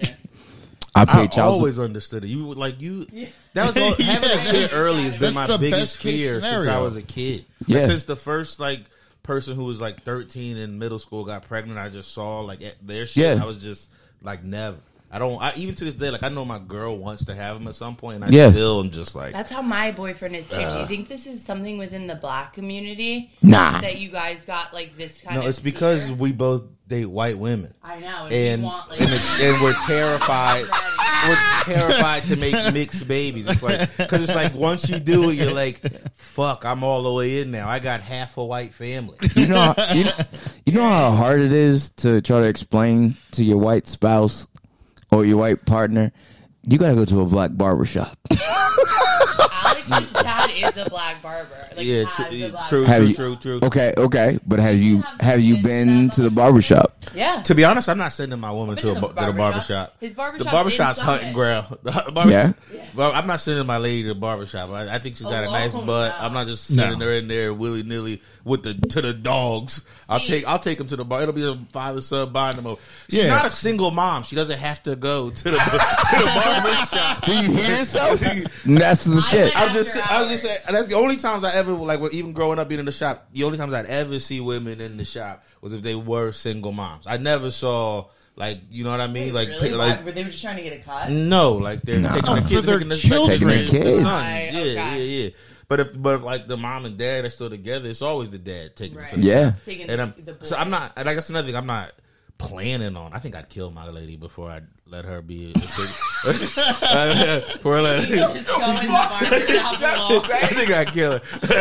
Speaker 1: I
Speaker 5: I
Speaker 1: pay child support.
Speaker 5: always understood it. You would, like you. That was all, having
Speaker 4: Yeah,
Speaker 5: a kid
Speaker 4: that's-
Speaker 5: early has been
Speaker 4: that's
Speaker 5: my
Speaker 4: the
Speaker 5: biggest
Speaker 4: best case
Speaker 5: fear since I
Speaker 4: scenario.
Speaker 5: was a kid.
Speaker 1: Yeah.
Speaker 5: Like, since the first like person who was like thirteen in middle school got pregnant, I just saw like at their shit.
Speaker 1: Yeah.
Speaker 5: I was just like never. I don't. I even to this day, like I know my girl wants to have him at some point, and I
Speaker 1: Yeah.
Speaker 5: still am just like
Speaker 2: That's how my boyfriend is too. Do
Speaker 5: Uh.
Speaker 2: you think this is something within the black community
Speaker 1: Nah,
Speaker 2: that you guys got like this kind
Speaker 5: no.
Speaker 2: of?
Speaker 5: It's because
Speaker 2: fear?
Speaker 5: we both date white women,
Speaker 2: I know, and,
Speaker 5: and
Speaker 2: we want like.
Speaker 5: and, it's, and we're terrified.
Speaker 2: Right.
Speaker 5: we're terrified to make mixed babies. It's like because it's like once you do it, you're like, fuck, I'm all the way in now. I got half a white family.
Speaker 1: you know, you know, you know how hard it is to try to explain to your white spouse or your white partner. You gotta go to a black barber shop.
Speaker 2: Alex's dad is a black barber. Like,
Speaker 5: Yeah,
Speaker 2: has
Speaker 5: t-
Speaker 2: a black
Speaker 5: true,
Speaker 1: Have
Speaker 5: true,
Speaker 1: you-
Speaker 5: true, true.
Speaker 1: Okay, okay, but have you have you been to the barber shop?
Speaker 2: Yeah.
Speaker 5: To be honest, I'm not sending my woman to a,
Speaker 2: to the
Speaker 5: bar- to the
Speaker 2: barber shop.
Speaker 5: barbershop.
Speaker 2: His barber
Speaker 5: barbershop.
Speaker 2: shop's
Speaker 5: The barbershop's
Speaker 2: in
Speaker 5: hunting
Speaker 2: Summit.
Speaker 5: ground. The barber-
Speaker 1: Yeah?
Speaker 5: Well, I'm not sending my lady to the barbershop. I, I think she's got a
Speaker 2: Alone,
Speaker 5: nice butt.
Speaker 2: Oh, wow.
Speaker 5: I'm not just
Speaker 4: No.
Speaker 5: sending her in there willy nilly with the to the dogs. I'll
Speaker 2: See-
Speaker 5: take I'll take them to the bar. It'll be a father son buying them over. She's
Speaker 4: Yeah.
Speaker 5: not a single mom. She doesn't have to go to the to the barbershop.
Speaker 1: Do you hear yourself? That's the shit.
Speaker 5: I'm just,
Speaker 2: After
Speaker 5: I was
Speaker 2: hours.
Speaker 5: just saying. That's the only times I ever like, when even growing up being in the shop. The only times I'd ever see women in the shop was if they were single moms. I never saw like, you know what I mean? like,
Speaker 2: really?
Speaker 5: pick-
Speaker 2: Why-
Speaker 5: like Mm.
Speaker 2: were they just trying to get a cut?
Speaker 5: no, like they're
Speaker 1: No.
Speaker 5: taking the
Speaker 1: Oh,
Speaker 5: kids,
Speaker 4: for their
Speaker 5: taking the
Speaker 4: children.
Speaker 5: taking the
Speaker 1: Taking the kids.
Speaker 5: sons.
Speaker 2: Right,
Speaker 5: yeah,
Speaker 2: okay.
Speaker 5: yeah, yeah. But if, but if like the mom and dad are still together, it's always the dad taking them to
Speaker 2: Right.
Speaker 5: the
Speaker 1: Yeah.
Speaker 2: Taking
Speaker 5: and I'm
Speaker 2: the boy.
Speaker 5: so I'm not. And I guess another thing, I'm not planning on. I think I'd kill my lady before I let her be. A, before I let her.
Speaker 2: Just go in the barbershop alone.
Speaker 5: I think I'd kill
Speaker 2: See,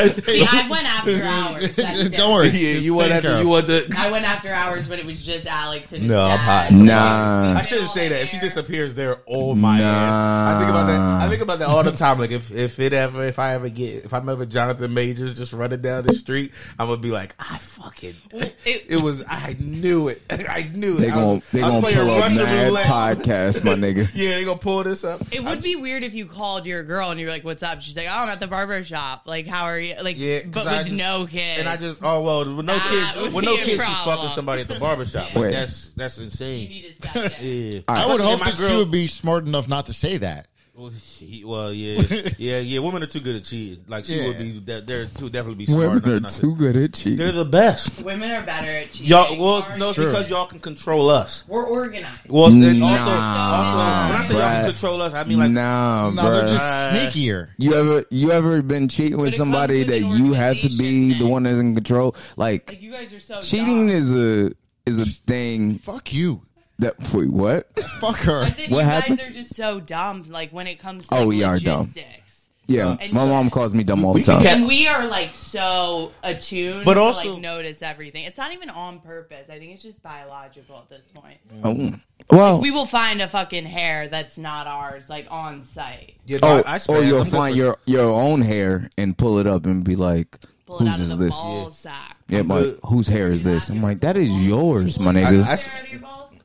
Speaker 5: her.
Speaker 2: I went after hours. That's it.
Speaker 4: Don't worry.
Speaker 5: yeah, you want
Speaker 4: that?
Speaker 5: that? You want the?
Speaker 2: I went after hours when it was just Alex and his
Speaker 5: No, I'm
Speaker 2: dad.
Speaker 5: hot.
Speaker 1: Nah.
Speaker 5: I shouldn't say that. If she disappears, they're all my ass. I think about that. I think about that all the time. Like if if it ever, if I ever get, if I'm ever Jonathan Majors just running down the street, I'm gonna be like, I fucking,
Speaker 2: Well,
Speaker 5: it,
Speaker 2: it-
Speaker 5: was. I knew it. I knew it.
Speaker 1: They
Speaker 5: I was-
Speaker 1: gon' they
Speaker 5: I was
Speaker 1: gonna
Speaker 5: playing
Speaker 1: pull up
Speaker 5: Russian
Speaker 1: mad
Speaker 5: roulette.
Speaker 1: podcast, my nigga.
Speaker 5: Yeah, they gonna pull this up.
Speaker 2: It would be weird if you called your girl and you're like, "What's up?" She's like, "Oh, I'm at the barber shop. Like, how are you?" Like,
Speaker 5: Yeah, 'cause
Speaker 2: but with
Speaker 5: I just-
Speaker 2: no kids.
Speaker 5: And I just, oh well, with no
Speaker 2: That would
Speaker 5: kids, with no
Speaker 2: be a
Speaker 5: kids, she's fucking
Speaker 2: problem.
Speaker 5: somebody at the barbershop.
Speaker 1: Wait.
Speaker 5: Like, that's that's
Speaker 2: You
Speaker 5: insane.
Speaker 2: need a second.
Speaker 5: Yeah,
Speaker 4: I would
Speaker 5: Especially
Speaker 4: hope
Speaker 5: my
Speaker 4: that she
Speaker 5: girl-
Speaker 4: would be smart enough not to say that.
Speaker 5: Well, Oh, she- well, yeah, yeah, yeah. Women are too good at cheating. Like she
Speaker 4: Yeah.
Speaker 5: would be. that- They're too definitely be smart.
Speaker 1: Women are
Speaker 5: not to-
Speaker 1: too good at
Speaker 5: They're
Speaker 1: cheating.
Speaker 5: the best.
Speaker 2: Women are better at cheating.
Speaker 5: Y'all, well, it's- no, it's
Speaker 4: Sure.
Speaker 5: because y'all can control us.
Speaker 2: we're organized.
Speaker 5: Well, it's- and also,
Speaker 1: Nah,
Speaker 5: also, when I say y'all can
Speaker 1: bruh.
Speaker 5: control us, I mean like,
Speaker 1: Nah,
Speaker 4: No, they're
Speaker 1: bro.
Speaker 4: just sneakier.
Speaker 1: You ever you ever been cheating
Speaker 2: But it
Speaker 1: with
Speaker 2: comes
Speaker 1: somebody
Speaker 2: with
Speaker 1: that
Speaker 2: an
Speaker 1: you have to be
Speaker 2: organization
Speaker 1: the
Speaker 2: thing.
Speaker 1: one that's in control?
Speaker 2: Like,
Speaker 1: Like
Speaker 2: you guys are so
Speaker 1: cheating
Speaker 2: dumb.
Speaker 1: is a is a thing
Speaker 4: Fuck you.
Speaker 1: that wait what?
Speaker 4: Fuck her.
Speaker 2: I said,
Speaker 1: What
Speaker 2: you
Speaker 1: happened?
Speaker 2: guys are just so dumb. Like when it comes to
Speaker 1: Oh,
Speaker 2: like,
Speaker 1: we are dumb.
Speaker 2: logistics,
Speaker 1: Yeah,
Speaker 2: And-
Speaker 1: my mom calls me dumb all the
Speaker 5: We can
Speaker 1: time.
Speaker 5: catch-
Speaker 2: and we are like so attuned,
Speaker 5: But
Speaker 2: to,
Speaker 5: also-
Speaker 2: like, notice everything. It's not even on purpose. I think it's just biological at this point.
Speaker 1: Oh, Well,
Speaker 2: We will find a fucking hair that's not ours, like on site.
Speaker 5: you
Speaker 1: oh,
Speaker 5: know, I, I
Speaker 1: or
Speaker 5: spaz,
Speaker 1: you'll
Speaker 5: I'm
Speaker 1: find
Speaker 5: different.
Speaker 1: your your own hair and pull it up and be like,
Speaker 2: pull
Speaker 1: Whose
Speaker 2: it out
Speaker 1: is
Speaker 2: of the
Speaker 1: this?
Speaker 2: ball
Speaker 5: Yeah.
Speaker 2: sack.
Speaker 1: Yeah, but whose hair is this? I'm like, that is yours, my nigga.
Speaker 5: I- I sp-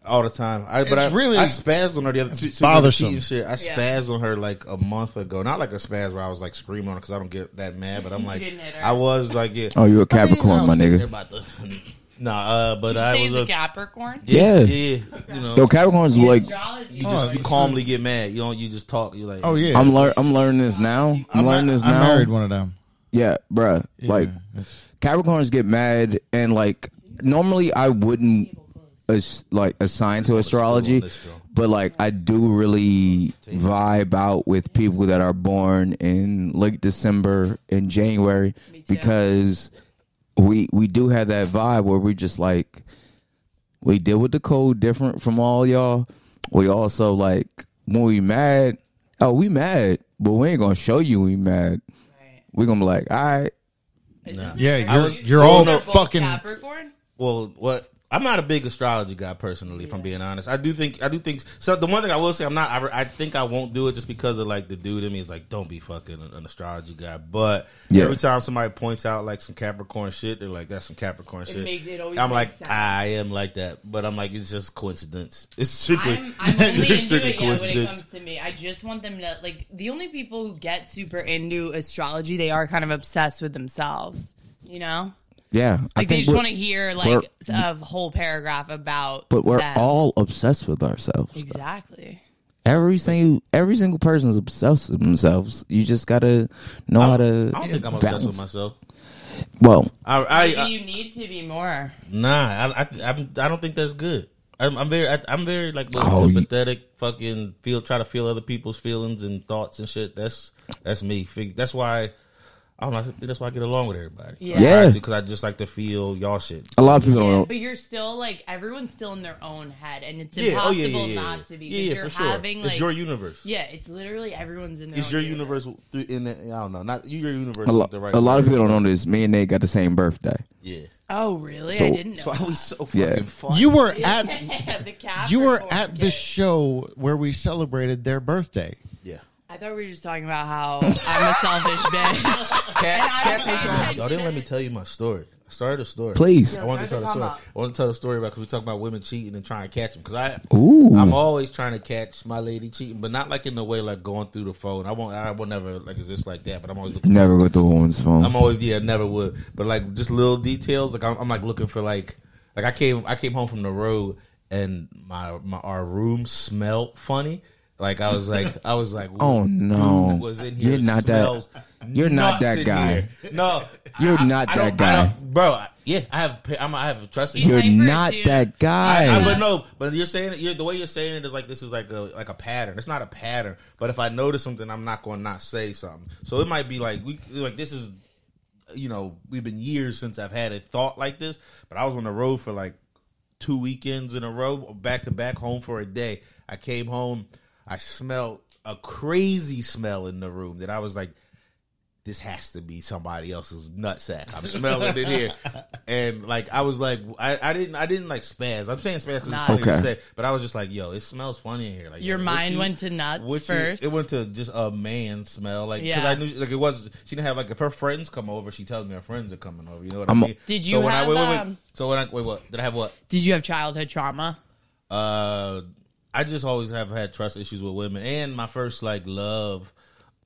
Speaker 5: all the time. I, but
Speaker 4: It's
Speaker 5: I
Speaker 4: really-
Speaker 5: I spazzed on her the other two,
Speaker 4: bothersome.
Speaker 5: two shit. I spazzed on her like a month ago. Not like a spaz where I was like screaming on her because I don't get that mad. But I'm like,
Speaker 2: didn't hit her.
Speaker 5: I was like, yeah.
Speaker 1: oh, you a
Speaker 5: I mean,
Speaker 1: Capricorn,
Speaker 5: I was
Speaker 1: my
Speaker 5: sitting there
Speaker 1: nigga.
Speaker 5: About to, nah, uh, but
Speaker 2: Did you
Speaker 5: I
Speaker 2: say
Speaker 5: was
Speaker 2: he's a
Speaker 5: a,
Speaker 2: Capricorn?
Speaker 5: yeah,
Speaker 1: Yeah.
Speaker 5: yeah, you know,
Speaker 1: Yo, Capricorn's like,
Speaker 2: Astrology.
Speaker 5: you just
Speaker 4: Oh,
Speaker 5: you
Speaker 4: it's-
Speaker 5: calmly get mad. You don't. You just talk. You like,
Speaker 4: Oh yeah,
Speaker 1: I'm lear- I'm learning this now. I'm, learning this
Speaker 4: I
Speaker 1: now.
Speaker 4: married one of them.
Speaker 1: Yeah, bruh. Like Capricorns get mad and like normally I wouldn't as, like assign to astrology,
Speaker 5: let's go.
Speaker 1: but like I do really vibe out with people that are born in late December and January because we we do have that vibe where we just like we deal with the cold different from all y'all. We also like when we mad, oh we mad, but we ain't gonna show you we mad. We gonna be like, all right,
Speaker 4: Yeah, you're
Speaker 5: was-
Speaker 4: you're
Speaker 5: I
Speaker 4: all
Speaker 5: was-
Speaker 4: fucking.
Speaker 2: Capricorn.
Speaker 5: well, what? I'm not a big astrology guy personally, if I'm being honest. I do think I do think so. The one thing I will say, I'm not. I, I think I won't do it just because of like the dude in me is like, don't be fucking an, an astrology guy. But
Speaker 1: Yeah.
Speaker 5: every time somebody points out like some Capricorn shit, they're like, that's some Capricorn shit.
Speaker 2: makes- it always
Speaker 5: I'm like,
Speaker 2: makes sense.
Speaker 5: I am like that, but I'm like, it's just coincidence. It's strictly,
Speaker 2: I'm, I'm only
Speaker 5: it's
Speaker 2: into
Speaker 5: strictly
Speaker 2: it yeah, when it comes
Speaker 5: coincidence.
Speaker 2: to me. I just want them to like the only people who get super into astrology, they are kind of obsessed with themselves. You know,
Speaker 1: yeah. I
Speaker 2: like they just
Speaker 1: we're-
Speaker 2: want to hear
Speaker 1: we're-
Speaker 2: like a whole paragraph about.
Speaker 1: but we're
Speaker 2: them.
Speaker 1: all obsessed with ourselves.
Speaker 2: exactly.
Speaker 1: Every single every single person is obsessed with themselves. You just gotta know how to.
Speaker 5: I don't think I'm obsessed with
Speaker 1: balance.
Speaker 5: myself.
Speaker 1: Well,
Speaker 5: I, I, uh,
Speaker 2: Maybe
Speaker 5: I
Speaker 2: you need to be more.
Speaker 5: Nah, I I, I'm, I don't think that's good. I'm, I'm very I, I'm very like
Speaker 1: Oh, you-
Speaker 5: pathetic. Fucking feel try to feel other people's feelings and thoughts and shit. That's that's me. Fig- That's why. I don't know, I think that's why I get along with everybody.
Speaker 1: Yeah.
Speaker 5: because I just like to feel y'all shit.
Speaker 1: a lot of people
Speaker 2: Yeah,
Speaker 1: don't.
Speaker 2: but you're still like everyone's still in their own head, and it's
Speaker 5: Yeah, oh
Speaker 2: impossible
Speaker 5: yeah, yeah, yeah, yeah.
Speaker 2: not to be.
Speaker 5: yeah,
Speaker 2: 'cause
Speaker 5: yeah,
Speaker 2: you're
Speaker 5: for sure.
Speaker 2: having like
Speaker 5: it's your universe.
Speaker 2: yeah, Oh, it's literally everyone's in their.
Speaker 5: It's
Speaker 2: own
Speaker 5: your universe through in the, I don't know, not your universe.
Speaker 1: A,
Speaker 5: is
Speaker 1: lo-
Speaker 5: the right
Speaker 1: a lot of
Speaker 5: word.
Speaker 1: people don't know this. Me and Nate got the same birthday.
Speaker 5: Yeah,
Speaker 2: Oh really? I
Speaker 1: So-
Speaker 2: didn't know.
Speaker 5: so I was so fucking
Speaker 1: Yeah.
Speaker 5: fun.
Speaker 4: You were at
Speaker 2: the Capricorn
Speaker 4: you were at the
Speaker 2: kid.
Speaker 4: show where we celebrated their birthday.
Speaker 5: yeah.
Speaker 2: I thought we were just talking about how I'm a selfish bitch. And I'm
Speaker 5: Cat,
Speaker 2: paying
Speaker 5: cat,
Speaker 2: attention.
Speaker 5: y'all didn't let me tell you my story. I started a story.
Speaker 1: Please.
Speaker 5: I wanted to tell
Speaker 2: Start
Speaker 5: the
Speaker 2: the
Speaker 5: story.
Speaker 2: combo.
Speaker 5: I want to tell the story about because we talk about women cheating and trying to catch them. Because I,
Speaker 1: Ooh.
Speaker 5: I'm always trying to catch my lady cheating, but not like in the way like going through the phone. I won't. I will never like exist like that. But I'm always looking.
Speaker 1: Never go through a woman's phone.
Speaker 5: I'm always yeah, never would. But like just little details. Like I'm, I'm like looking for like like I came I came home from the road and my my our room smelled funny. Like I was like I was like
Speaker 1: Oh, no.
Speaker 5: dude was in here
Speaker 1: You're not that-
Speaker 5: smells
Speaker 1: you're not
Speaker 5: nuts
Speaker 1: that
Speaker 5: in
Speaker 1: guy.
Speaker 5: here. No,
Speaker 1: You're
Speaker 5: I-
Speaker 1: not
Speaker 5: I
Speaker 1: that
Speaker 5: don't- I
Speaker 1: guy.
Speaker 5: don't- bro. I- Yeah, I have pa- I'm, I have a trust issue.
Speaker 1: You're
Speaker 2: Hyper,
Speaker 1: not
Speaker 2: dude.
Speaker 1: that guy.
Speaker 5: I, I, but no, but you're saying it. You're, the way you're saying it is like this is like a like a pattern. It's not a pattern. But if I notice something, I'm not going to not say something. So it might be like we like this is, you know, we've been years since I've had a thought like this. But I was on the road for like two weekends in a row, back to back, home for a day. I came home, I smelled a crazy smell in the room that I was like, this has to be somebody else's nutsack. I'm smelling it here, and like I was like, I, I didn't, I didn't like spaz. I'm saying spaz because it's
Speaker 2: Nah.
Speaker 5: funny to
Speaker 1: Okay.
Speaker 5: say, but I was just like, yo, it smells funny in here. Like
Speaker 2: Your
Speaker 5: yo, what
Speaker 2: mind went to nuts
Speaker 5: what you-
Speaker 2: first.
Speaker 5: it went to just a man smell, like because
Speaker 2: Yeah.
Speaker 5: I knew like it was. She didn't have like if her friends come over, she tells me her friends are coming over. You know what
Speaker 1: I'm-
Speaker 5: I mean?
Speaker 2: Did you
Speaker 5: when I,
Speaker 2: have,
Speaker 5: wait, wait, wait.
Speaker 2: um,
Speaker 5: So when I wait, what did I have? What
Speaker 2: Did you have childhood trauma?
Speaker 5: uh, I just always have had trust issues with women, and my first like love,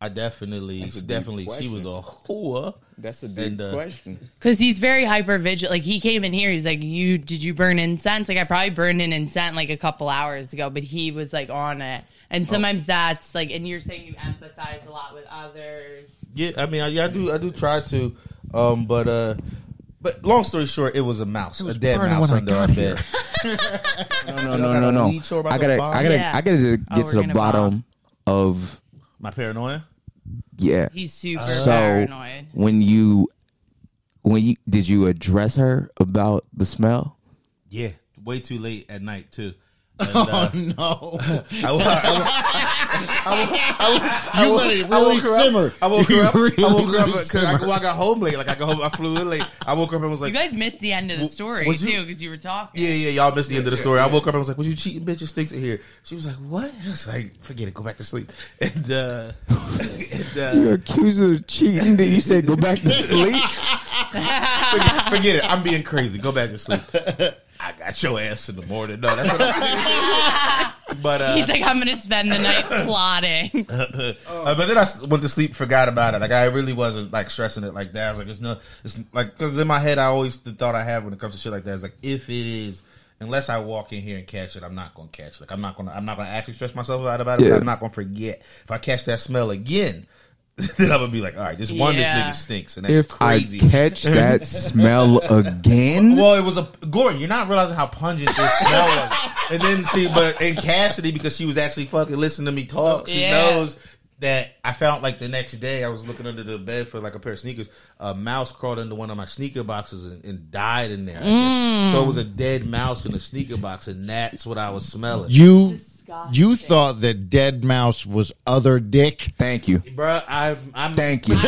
Speaker 5: I definitely, definitely, she was a whore.
Speaker 1: That's a
Speaker 5: deep And, uh,
Speaker 1: question.
Speaker 2: Because he's very hyper vigilant. Like he came in here, he's like, "You did you burn incense?" Like I probably burned an incense like a couple hours ago, but he was like on it. And
Speaker 5: Oh.
Speaker 2: sometimes that's like, and you're saying you empathize a lot with others.
Speaker 5: Yeah, I mean, I, yeah, I do, I do try to, um, but uh, but long story short, it was a mouse,
Speaker 4: was
Speaker 5: a dead
Speaker 4: burning
Speaker 5: mouse
Speaker 4: when I
Speaker 5: under our
Speaker 4: got
Speaker 5: bed.
Speaker 1: No, no, no, no.
Speaker 5: Lead show about
Speaker 1: I
Speaker 5: the
Speaker 1: gotta,
Speaker 5: bomb?
Speaker 1: I gotta,
Speaker 2: Yeah.
Speaker 1: I gotta get
Speaker 2: Oh, we're
Speaker 1: to the
Speaker 2: gonna
Speaker 1: bottom of
Speaker 5: My paranoia.
Speaker 1: yeah.
Speaker 2: He's super
Speaker 5: Uh,
Speaker 1: so
Speaker 2: paranoid.
Speaker 1: when you, when you did you address her about the smell?
Speaker 5: Yeah, way too late at night too. And, uh,
Speaker 4: Oh, No,
Speaker 5: I, wa- I wa-
Speaker 4: you let it
Speaker 5: I
Speaker 4: really
Speaker 5: woke her up-
Speaker 4: simmer.
Speaker 5: I woke
Speaker 4: You
Speaker 5: her up.
Speaker 4: really
Speaker 5: I woke her up
Speaker 4: really
Speaker 5: because I,
Speaker 4: simmer.
Speaker 5: well, I got home late. Like I got home, I flew in late. I woke up and was
Speaker 2: You
Speaker 5: like,
Speaker 2: guys missed the end of the story
Speaker 5: was you-
Speaker 2: too because you were talking.
Speaker 5: Yeah, yeah, y'all missed the end of the story. I woke up and was like, "Was you cheating, bitch? It stinks in here." She was like, "What?" I was like, "Forget it, go back to sleep." And uh, and, uh
Speaker 1: accused her of cheating. Then you said go back to sleep.
Speaker 5: forget, forget it. I'm being crazy. Go back to sleep. I got your ass in the morning. No, that's what I'm But uh,
Speaker 2: He's like, I'm gonna spend the night plotting.
Speaker 5: Uh, but then I s- went to sleep, forgot about it. Like I really wasn't like stressing it like that. I was like, it's no, it's like because in my head I always the thought I have when it comes to shit like that is like if it is. Unless I walk in here and catch it, I'm not gonna catch it. Like I'm not gonna, I'm not gonna actually stress myself out about it.
Speaker 1: Yeah.
Speaker 5: But I'm not gonna forget. If I catch that smell again, then I'm gonna be like, all right, this one, this
Speaker 2: Yeah.
Speaker 5: nigga stinks, and that's
Speaker 1: If
Speaker 5: crazy.
Speaker 1: I catch that smell again,
Speaker 5: Well, it was a Gory. You're not realizing how pungent this smell was. And then see, but and Cassidy because she was actually fucking listening to me talk. She
Speaker 2: Yeah.
Speaker 5: knows that I found like the next day I was looking under the bed for like a pair of sneakers. A mouse crawled into one of my sneaker boxes and, and died in there. I guess. So it was a dead mouse in a sneaker box, and that's what I was smelling.
Speaker 4: You you thought that dead mouse was other dick.
Speaker 1: thank you,
Speaker 5: Bruh, I, I'm.
Speaker 1: thank you.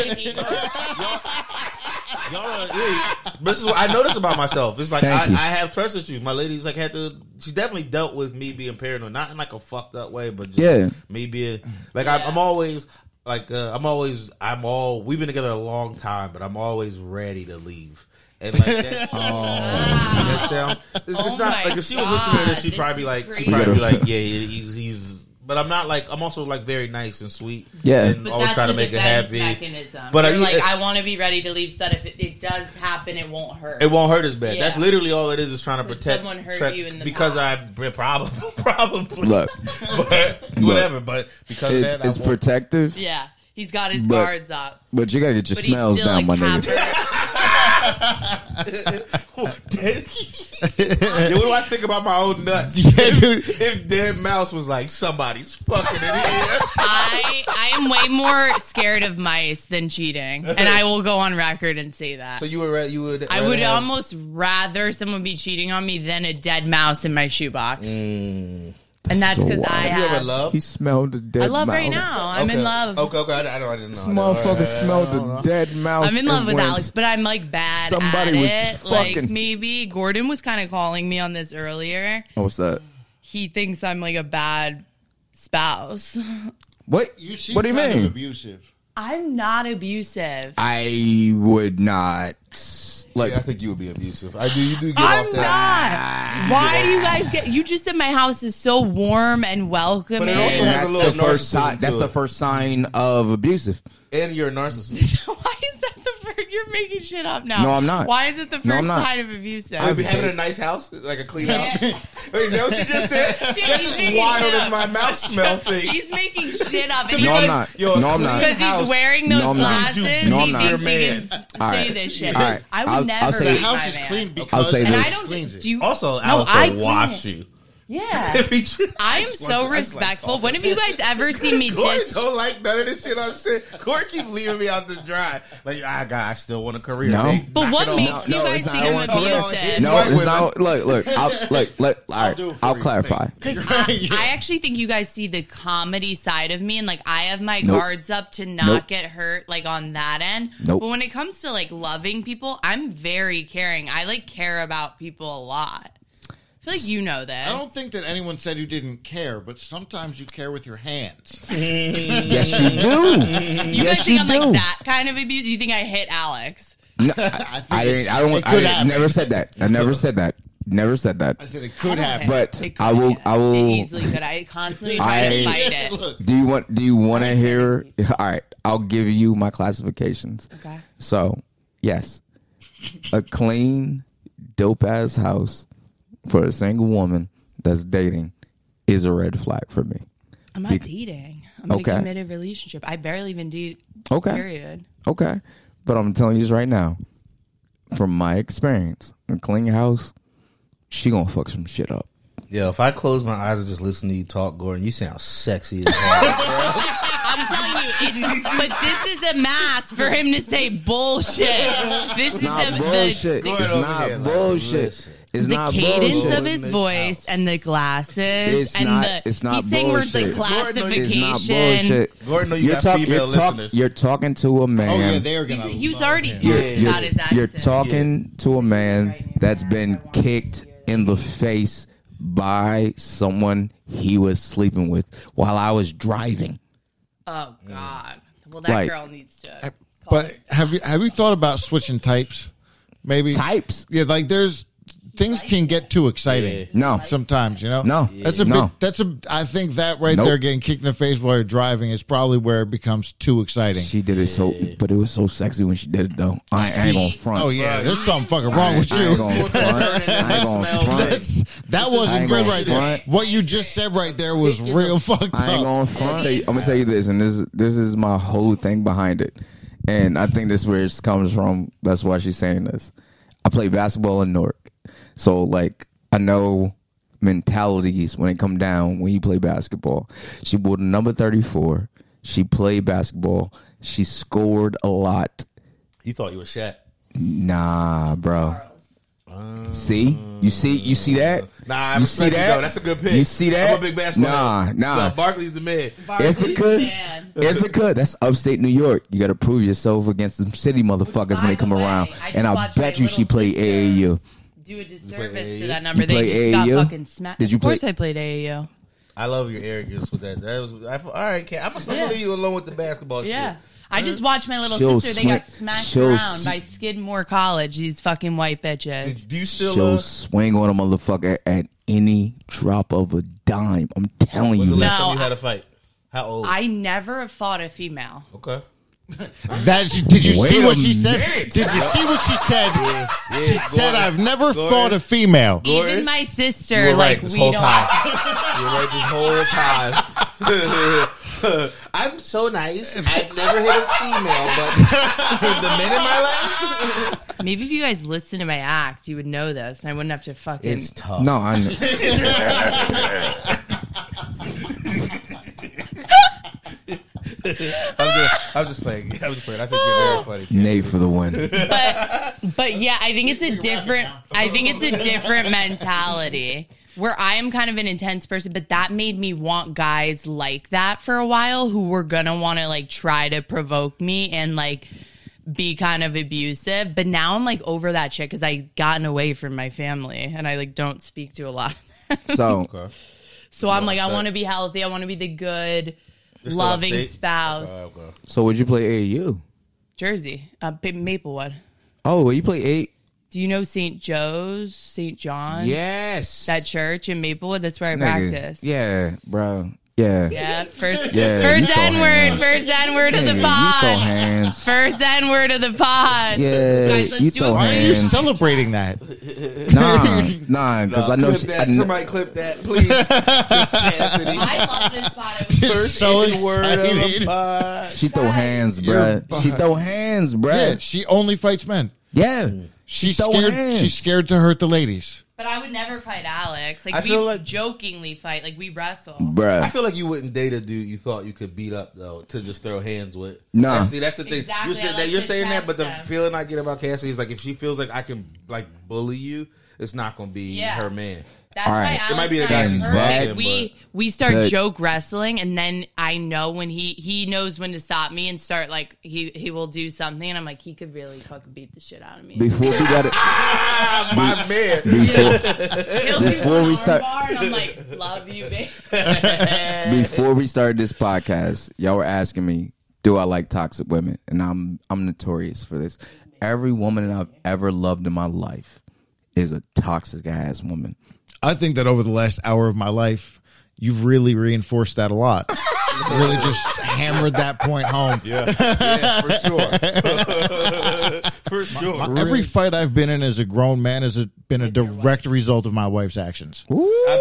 Speaker 5: Y'all are, yeah, this is what I notice about myself. It's like I,
Speaker 1: Thank you.
Speaker 5: I have trust issues. My lady's like had to. She definitely dealt with me being paranoid, not in like a fucked up way, but just
Speaker 1: Yeah.
Speaker 5: me being like I, I'm always like uh, I'm always I'm all. We've been together a long time, but I'm always ready to leave. And like that,
Speaker 1: Oh.
Speaker 5: that sound. It's, it's
Speaker 2: Oh
Speaker 5: not
Speaker 2: my
Speaker 5: like if she was listening to this,
Speaker 2: God,
Speaker 5: she'd
Speaker 2: this
Speaker 5: probably
Speaker 2: is
Speaker 5: be like she'd
Speaker 2: crazy.
Speaker 5: probably be like, yeah, he's he's. But I'm not like I'm also like very nice and sweet.
Speaker 1: Yeah.
Speaker 5: and
Speaker 2: But
Speaker 5: always
Speaker 2: that's
Speaker 5: trying to
Speaker 2: the
Speaker 5: make it
Speaker 2: defense
Speaker 5: happy.
Speaker 2: Mechanism.
Speaker 5: But
Speaker 2: But
Speaker 5: are you- uh,
Speaker 2: like, I want to be ready to leave. Said if it, it does happen, it won't hurt.
Speaker 5: It won't hurt as bad.
Speaker 2: Yeah.
Speaker 5: That's literally all it is. Is trying to protect.
Speaker 2: someone hurt
Speaker 5: track-
Speaker 2: you in the
Speaker 5: because
Speaker 2: past.
Speaker 5: I probably probably
Speaker 1: Look,
Speaker 5: but whatever. But because
Speaker 1: it,
Speaker 5: that
Speaker 1: it's
Speaker 5: I want,
Speaker 1: protective,
Speaker 2: yeah, he's got his
Speaker 1: But-
Speaker 2: guards up,
Speaker 1: but you gotta get your
Speaker 2: but he's
Speaker 1: smells
Speaker 2: still
Speaker 1: down,
Speaker 2: like
Speaker 1: my nigga.
Speaker 2: half-
Speaker 5: yeah, what do I think about my own nuts?
Speaker 4: Yeah, dude.
Speaker 5: If dead mouse was like somebody's fucking in here,
Speaker 2: I I am way more scared of mice than cheating, and I will go on record and say that.
Speaker 5: so you would ra- you would
Speaker 2: I
Speaker 5: rather
Speaker 2: would
Speaker 5: have-
Speaker 2: almost rather someone be cheating on me than a dead mouse in my shoebox. and that's
Speaker 1: Mm. so
Speaker 2: because
Speaker 1: wild.
Speaker 2: I
Speaker 5: Have you ever
Speaker 2: have.
Speaker 5: love?
Speaker 1: He smelled the dead
Speaker 2: I love
Speaker 1: mouse.
Speaker 2: right now. I'm
Speaker 5: Okay.
Speaker 2: in love.
Speaker 5: Okay, okay. I, I don't. I didn't know. uh,
Speaker 1: This
Speaker 5: I know. All
Speaker 1: motherfucker
Speaker 5: right, all right,
Speaker 1: smelled
Speaker 5: all right, all
Speaker 1: the
Speaker 5: right.
Speaker 1: dead mouse.
Speaker 2: I'm in love
Speaker 1: and
Speaker 2: with
Speaker 1: went-
Speaker 2: Alex, but I'm like bad
Speaker 1: Somebody
Speaker 2: at
Speaker 1: was
Speaker 2: it. Like
Speaker 1: fucking-
Speaker 2: maybe Gordon was kind of calling me on this earlier.
Speaker 1: Oh, what's that?
Speaker 2: He thinks I'm like a bad spouse.
Speaker 1: What? what do you mean?
Speaker 4: abusive.
Speaker 2: I'm not abusive.
Speaker 1: I would not. Like,
Speaker 5: Yeah, I think you would be abusive. I do. You do get
Speaker 2: I'm
Speaker 5: off
Speaker 2: not.
Speaker 5: that.
Speaker 2: Why do you guys get? You just said my house is so warm and welcoming.
Speaker 5: But it also has a
Speaker 1: that's the
Speaker 5: little
Speaker 1: first
Speaker 5: narcissism
Speaker 1: sign. That's
Speaker 5: to
Speaker 1: the
Speaker 5: it.
Speaker 1: first sign of abusive.
Speaker 5: And you're a narcissist.
Speaker 2: Why is that the first? You're making shit up now.
Speaker 1: No, I'm not.
Speaker 2: Why is it the first
Speaker 1: No, I'm not.
Speaker 2: sign of abusive?
Speaker 5: I'd be having a nice house, like a clean house. Wait, is that what you just said? That's
Speaker 2: he's
Speaker 5: as
Speaker 2: making
Speaker 5: wild
Speaker 2: it
Speaker 5: as
Speaker 2: up.
Speaker 5: my mouth smell thing.
Speaker 2: He's making shit up.
Speaker 1: No,
Speaker 2: and he's
Speaker 1: I'm
Speaker 2: like-
Speaker 1: not.
Speaker 5: Yo,
Speaker 1: no, I'm
Speaker 5: clean
Speaker 1: not.
Speaker 2: Because
Speaker 5: house.
Speaker 2: he's wearing those
Speaker 1: No, I'm not.
Speaker 2: glasses,
Speaker 1: No, I'm
Speaker 2: he
Speaker 1: not.
Speaker 2: thinks he
Speaker 5: You're a
Speaker 2: can say
Speaker 1: All right.
Speaker 2: this shit.
Speaker 1: All right.
Speaker 2: I would
Speaker 1: I'll-
Speaker 2: never.
Speaker 1: I'll say-
Speaker 4: The
Speaker 2: be
Speaker 1: Hey,
Speaker 4: house
Speaker 2: my
Speaker 4: is
Speaker 2: man.
Speaker 4: clean
Speaker 1: I'll
Speaker 4: because
Speaker 1: say
Speaker 2: And
Speaker 1: this.
Speaker 2: I don't do. You,
Speaker 5: Also,
Speaker 2: no,
Speaker 5: Alex
Speaker 2: I
Speaker 5: will
Speaker 2: clean
Speaker 5: wash
Speaker 2: it.
Speaker 5: you.
Speaker 2: Yeah.
Speaker 5: If he tr-
Speaker 2: I am
Speaker 5: just
Speaker 2: so
Speaker 5: like- I just like
Speaker 2: respectful.
Speaker 5: talking.
Speaker 2: when have you guys ever seen me
Speaker 5: Corey
Speaker 2: dis?
Speaker 5: don't like none of this shit I'm saying. Corey keep leaving me out to dry. Like, ah, God, I still want a career.
Speaker 1: No.
Speaker 5: Hey,
Speaker 2: But
Speaker 5: knock
Speaker 2: what
Speaker 5: it off.
Speaker 2: makes you
Speaker 1: No,
Speaker 2: guys
Speaker 1: it's not.
Speaker 2: think
Speaker 1: I
Speaker 2: I'm
Speaker 1: want to-
Speaker 2: abusive?
Speaker 1: No,
Speaker 5: White
Speaker 1: it's
Speaker 5: women.
Speaker 1: not. Look, look, I'll, look, look. All right,
Speaker 4: do it for
Speaker 1: I'll
Speaker 4: you.
Speaker 1: clarify.
Speaker 2: Because I, I actually think you guys see the comedy side of me, and like I have my
Speaker 1: Nope.
Speaker 2: guards up to not
Speaker 1: Nope.
Speaker 2: get hurt, like on that end.
Speaker 1: Nope.
Speaker 2: But when it comes to like loving people, I'm very caring. I like care about people a lot. I feel like you know this.
Speaker 4: I don't think that anyone said you didn't care, but sometimes you care with your hands.
Speaker 1: Yes, you do.
Speaker 2: you
Speaker 1: yes,
Speaker 2: guys
Speaker 1: you
Speaker 2: think I'm
Speaker 1: do.
Speaker 2: like that kind of abuse? You think I hit Alex?
Speaker 1: No, I, I didn't. I don't.
Speaker 4: It
Speaker 1: I
Speaker 4: could
Speaker 1: didn't-
Speaker 4: happen.
Speaker 1: never said that. I never said that. Never said
Speaker 4: I
Speaker 1: that.
Speaker 4: said it could happen.
Speaker 1: But
Speaker 2: It could
Speaker 1: I will.
Speaker 2: happen.
Speaker 1: I
Speaker 2: It
Speaker 1: will.
Speaker 2: easily could. I constantly try
Speaker 1: I-
Speaker 2: to fight it.
Speaker 4: Look,
Speaker 1: Do you want? Do you want to hear? All right, I'll give you my classifications.
Speaker 2: Okay.
Speaker 1: So, yes, a clean, dope ass house for a single woman that's dating is a red flag for me.
Speaker 2: I'm not dating. I'm
Speaker 1: Okay.
Speaker 2: in a committed relationship. I barely even date.
Speaker 1: Okay.
Speaker 2: Period.
Speaker 1: Okay, but I'm telling you this right now, from my experience, a clean house, she gonna fuck some shit up.
Speaker 5: Yo, if I close my eyes and just listen to you talk, Gordon, you sound sexy as hell.
Speaker 2: I'm telling you, it's, but this is a mask for him to say bullshit. This is
Speaker 1: Not
Speaker 2: a,
Speaker 1: bullshit.
Speaker 2: the,
Speaker 5: Go
Speaker 1: It's
Speaker 5: ahead over
Speaker 1: not
Speaker 5: here, like,
Speaker 1: bullshit.
Speaker 5: listen.
Speaker 1: It's
Speaker 2: the
Speaker 1: not
Speaker 2: cadence
Speaker 1: bullshit.
Speaker 2: of his
Speaker 5: This
Speaker 2: voice
Speaker 5: house.
Speaker 2: and the glasses
Speaker 1: It's
Speaker 2: and
Speaker 1: not-
Speaker 2: the
Speaker 1: it's not
Speaker 2: he's saying words like
Speaker 1: bullshit. Lord,
Speaker 5: no,
Speaker 2: classification.
Speaker 5: it's
Speaker 1: It's not bullshit.
Speaker 5: Gordon, know you got female listeners.
Speaker 1: you're talking to a man.
Speaker 4: oh yeah, they are
Speaker 2: He's-
Speaker 4: gonna.
Speaker 2: he was
Speaker 4: love
Speaker 2: already
Speaker 4: him.
Speaker 2: talking
Speaker 1: you're, you're-
Speaker 2: about his accent.
Speaker 1: you're talking to a man
Speaker 2: Right now.
Speaker 1: that's been kicked in the face by someone he was sleeping with while I was driving.
Speaker 2: Oh God. Well, that
Speaker 1: Like-
Speaker 2: girl needs to.
Speaker 4: But have you have you thought about switching types? maybe
Speaker 1: Types.
Speaker 4: Yeah, like there's things can get too exciting.
Speaker 1: No.
Speaker 4: sometimes you know.
Speaker 1: No.
Speaker 4: that's a
Speaker 1: No.
Speaker 4: big. That's a. I think that right
Speaker 1: Nope.
Speaker 4: there, getting kicked in the face while you're driving, is probably where it becomes too exciting.
Speaker 1: She did it so, but it was so sexy when she did it though. I, I ain't gonna front.
Speaker 4: Oh yeah, there's something fucking wrong with
Speaker 1: I ain't
Speaker 4: you.
Speaker 1: gonna front. I ain't gonna front.
Speaker 4: That's that wasn't
Speaker 1: ain't
Speaker 4: good
Speaker 1: gonna
Speaker 4: right
Speaker 1: front.
Speaker 4: there. What you just said right there was real fucked
Speaker 1: I ain't
Speaker 4: up.
Speaker 1: gonna front. I'm gonna tell you this, and this this is my whole thing behind it, and I think this is where it comes from. That's why she's saying this. I play basketball in Newark, so like I know mentalities when it come down when you play basketball. She wore the number thirty four. She played basketball. She scored a lot.
Speaker 5: You thought you were Shaq.
Speaker 1: Nah, bro. See, you see, you see that.
Speaker 5: Nah, I
Speaker 1: you
Speaker 5: respect you, though. That's a good pick.
Speaker 1: You see that?
Speaker 5: I'm a big basketball.
Speaker 1: Nah,
Speaker 5: head.
Speaker 1: nah.
Speaker 5: So Barkley's the man.
Speaker 1: Ithaca,
Speaker 2: Man.
Speaker 1: Ithaca, that's upstate New York. You got to prove yourself against them city motherfuckers when
Speaker 2: By
Speaker 1: they come
Speaker 2: the way,
Speaker 1: around.
Speaker 2: I just
Speaker 1: and I
Speaker 2: watched
Speaker 1: bet
Speaker 2: my
Speaker 1: you she
Speaker 2: little
Speaker 1: played
Speaker 2: sister
Speaker 1: AAU.
Speaker 2: Do a disservice
Speaker 5: AAU?
Speaker 2: to that number. They
Speaker 1: play
Speaker 2: just got
Speaker 1: AAU?
Speaker 2: fucking smacked.
Speaker 1: Did you
Speaker 2: Of course,
Speaker 1: play-
Speaker 2: I played AAU.
Speaker 5: I love your arrogance with that. That was I, all right. Cat, I'm gonna
Speaker 2: Yeah.
Speaker 5: leave you alone with the basketball.
Speaker 2: Yeah.
Speaker 5: shit.
Speaker 2: I just watched my little
Speaker 1: She'll
Speaker 2: sister. They got
Speaker 1: swi-
Speaker 2: smacked
Speaker 1: she'll
Speaker 2: around
Speaker 1: s-
Speaker 2: by Skidmore College. These fucking white bitches.
Speaker 5: Is- Do you still?
Speaker 1: She'll
Speaker 5: uh,
Speaker 1: swing on a motherfucker at any drop of a dime. I'm telling
Speaker 5: when's the
Speaker 1: you.
Speaker 5: last
Speaker 2: No,
Speaker 5: time you had a fight? How old?
Speaker 2: I never have fought a female.
Speaker 5: okay.
Speaker 4: That she- did you
Speaker 1: Wait
Speaker 4: see
Speaker 1: a
Speaker 4: what she said?
Speaker 5: minute.
Speaker 4: Did you see what she said? she said,
Speaker 5: ahead.
Speaker 4: "I've never
Speaker 5: Go
Speaker 4: fought
Speaker 5: ahead.
Speaker 4: a female."
Speaker 5: Glory?
Speaker 2: Even my
Speaker 5: You
Speaker 2: sister,
Speaker 5: were
Speaker 2: like
Speaker 5: right this
Speaker 2: we
Speaker 5: whole
Speaker 2: don't.
Speaker 5: time. you were right this whole time. I'm so nice. I've never hit a female, but the men in my life,
Speaker 2: Maybe if you guys listen to my act, you would know this, and I wouldn't have to fucking.
Speaker 5: it's tough.
Speaker 1: No, I know.
Speaker 5: I'm just, I'm just playing. I'm just playing. I think you're very funny. Kid.
Speaker 1: Nate for the win.
Speaker 2: but but yeah, I think it's a different. I think it's a different mentality where I am kind of an intense person, but that made me want guys like that for a while who were gonna want to like try to provoke me and like be kind of abusive. But now I'm like over that shit because I gotten away from my family and I like don't speak to a lot.
Speaker 1: So,
Speaker 5: Okay.
Speaker 2: So I'm like, I
Speaker 5: upset.
Speaker 2: want to be healthy. I want to be the good,
Speaker 5: still
Speaker 2: loving
Speaker 5: upstate?
Speaker 2: spouse.
Speaker 5: Uh, okay.
Speaker 1: so would you play AAU?
Speaker 2: Jersey, uh, P- Maplewood.
Speaker 1: Oh, well, you play eight?
Speaker 2: Do you know St. Joe's, St. John's?
Speaker 1: Yes.
Speaker 2: that church in Maplewood. That's where I
Speaker 1: Nigga.
Speaker 2: practice.
Speaker 1: Yeah, bro. Yeah.
Speaker 2: Yeah, first,
Speaker 1: Yeah, you
Speaker 2: first
Speaker 1: go
Speaker 2: N
Speaker 1: ham.
Speaker 2: word, first N word of
Speaker 1: Nigga,
Speaker 2: the
Speaker 1: you throw
Speaker 2: pod,
Speaker 1: hands.
Speaker 2: first N word of the pod.
Speaker 1: Yeah,
Speaker 2: guys, let's
Speaker 1: you
Speaker 2: do
Speaker 1: throw
Speaker 2: it.
Speaker 4: Why are you
Speaker 1: hands.
Speaker 4: celebrating that?
Speaker 1: Nah, nah, because I know
Speaker 5: clip
Speaker 1: she, I
Speaker 5: that.
Speaker 1: kn-
Speaker 5: Somebody clip that, please. This Cassidy.
Speaker 2: I love this pod. It was-
Speaker 4: Just so
Speaker 5: Every word of the
Speaker 4: excited.
Speaker 5: pod.
Speaker 1: She throw hands,
Speaker 4: You're
Speaker 1: bruh. She throw hands,
Speaker 4: Yeah,
Speaker 1: bruh.
Speaker 4: she only fights men.
Speaker 1: Yeah.
Speaker 4: She's
Speaker 1: throw
Speaker 4: scared.
Speaker 1: hands.
Speaker 4: She's scared to hurt the ladies.
Speaker 2: But I would never fight Alex. Like
Speaker 5: I
Speaker 2: we
Speaker 5: feel like-
Speaker 2: jokingly fight, like we wrestle.
Speaker 5: I
Speaker 1: Bruh.
Speaker 5: feel like you wouldn't date a dude you thought you could beat up though to just throw hands with.
Speaker 1: Nah.
Speaker 5: That's- see that's the thing.
Speaker 2: Exactly,
Speaker 5: You're saying
Speaker 2: I
Speaker 5: that
Speaker 2: like
Speaker 5: you're
Speaker 2: to
Speaker 5: saying that,
Speaker 2: test
Speaker 5: but the
Speaker 2: them.
Speaker 5: feeling I get about Cassidy is like if she feels like I can like bully you, it's not going to be
Speaker 2: Yeah.
Speaker 5: her man.
Speaker 2: That's
Speaker 1: All
Speaker 2: why
Speaker 1: right.
Speaker 2: Alex
Speaker 5: It might be the
Speaker 2: and I
Speaker 5: guy
Speaker 2: are
Speaker 1: she's
Speaker 2: perfect.
Speaker 1: fucking,
Speaker 2: We
Speaker 5: but-
Speaker 2: we start
Speaker 1: Good.
Speaker 2: joke wrestling, and then I know when he he knows when to stop me and start like he he will do something, and I'm like he could really fucking beat the shit out of me.
Speaker 1: Before we got it,
Speaker 5: Ah, my man.
Speaker 1: before,
Speaker 2: He'll do
Speaker 1: Before
Speaker 2: an
Speaker 1: we
Speaker 2: arm
Speaker 1: start-
Speaker 2: bar, and I'm like love you, babe.
Speaker 1: before we started this podcast, y'all were asking me, "Do I like toxic women?" And I'm I'm notorious for this. Every woman that I've ever loved in my life is a toxic ass woman.
Speaker 4: I think that over the last hour of my life, you've really reinforced that a lot. really just hammered that point home.
Speaker 5: Yeah. yeah, for sure. for sure.
Speaker 4: Every fight I've been in as a grown man has a- been a direct result of my wife's actions.
Speaker 5: I've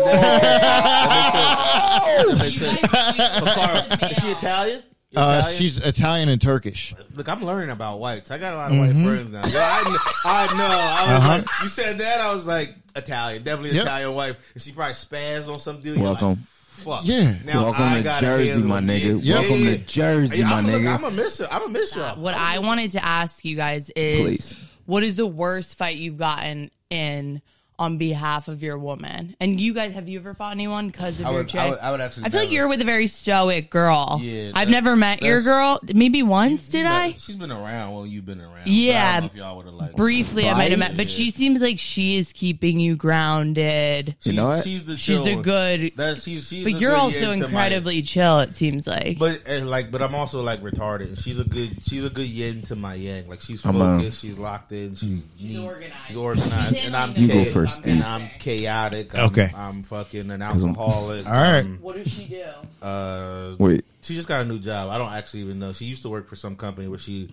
Speaker 5: never- That makes
Speaker 2: You
Speaker 5: sense.
Speaker 2: guys-
Speaker 5: Cara, Is she Italian? You
Speaker 4: Uh,
Speaker 5: Italian?
Speaker 4: she's Italian and Turkish.
Speaker 5: Look, I'm learning about whites. I got a lot of
Speaker 4: Mm-hmm.
Speaker 5: white friends now. Yo, I, kn- I know. I was like, you said that. I was like, Italian, definitely
Speaker 4: Uh-huh. Yep.
Speaker 5: Italian wife. And she probably spazzed on some dude. You're
Speaker 1: Welcome.
Speaker 5: like, Fuck.
Speaker 4: Yeah.
Speaker 5: Now
Speaker 1: Welcome
Speaker 5: I
Speaker 1: to
Speaker 5: gotta
Speaker 1: Jersey,
Speaker 5: handle
Speaker 1: my
Speaker 5: it.
Speaker 1: nigga.
Speaker 5: Yeah.
Speaker 1: Welcome
Speaker 5: Yeah.
Speaker 1: to Jersey,
Speaker 5: Yeah,
Speaker 1: my
Speaker 5: I'm a- I'm
Speaker 1: nigga.
Speaker 5: a miss her. I'm a miss y'all.
Speaker 2: What I wanted to ask you guys is,
Speaker 1: Please.
Speaker 2: what is the worst fight you've gotten in on behalf of your woman. And you guys, have you ever fought anyone because of
Speaker 5: I
Speaker 2: your
Speaker 5: would,
Speaker 2: chick?
Speaker 5: I would, I would actually.
Speaker 2: I feel like
Speaker 5: never-
Speaker 2: you're with a very stoic girl.
Speaker 5: Yeah,
Speaker 2: I've
Speaker 5: that-
Speaker 2: never met your
Speaker 5: that's-
Speaker 2: girl. Maybe once did
Speaker 5: but
Speaker 2: I?
Speaker 5: She's been around. Well, you've been around.
Speaker 2: Yeah.
Speaker 5: But I don't know if y'all would have liked.
Speaker 2: Briefly, I might have met, but
Speaker 5: Fight?
Speaker 2: she seems like she is keeping you grounded.
Speaker 5: She's,
Speaker 1: know what?
Speaker 5: she's the
Speaker 2: She's
Speaker 5: chill
Speaker 2: a
Speaker 5: one.
Speaker 2: good,
Speaker 5: That's she's. she's a
Speaker 2: but you're
Speaker 5: good
Speaker 2: also
Speaker 5: yin to my-
Speaker 2: incredibly chill. It seems like.
Speaker 5: But eh, like, but I'm also like retarded. And she's a good, she's a good yin to my yang. Like she's
Speaker 1: I'm, uh,
Speaker 5: focused, she's locked in, she's neat,
Speaker 2: organized.
Speaker 5: she's organized, and I'm
Speaker 1: You go
Speaker 5: cha-
Speaker 1: first,
Speaker 5: and
Speaker 1: Steve.
Speaker 5: I'm chaotic. I'm,
Speaker 4: Okay.
Speaker 5: I'm fucking an
Speaker 1: 'Cause I'm-
Speaker 5: alcoholic.
Speaker 4: All right.
Speaker 5: I'm,
Speaker 2: what does she do?
Speaker 5: uh,
Speaker 1: Wait,
Speaker 5: she just got a new job. I don't actually even know. She used to work for some company where she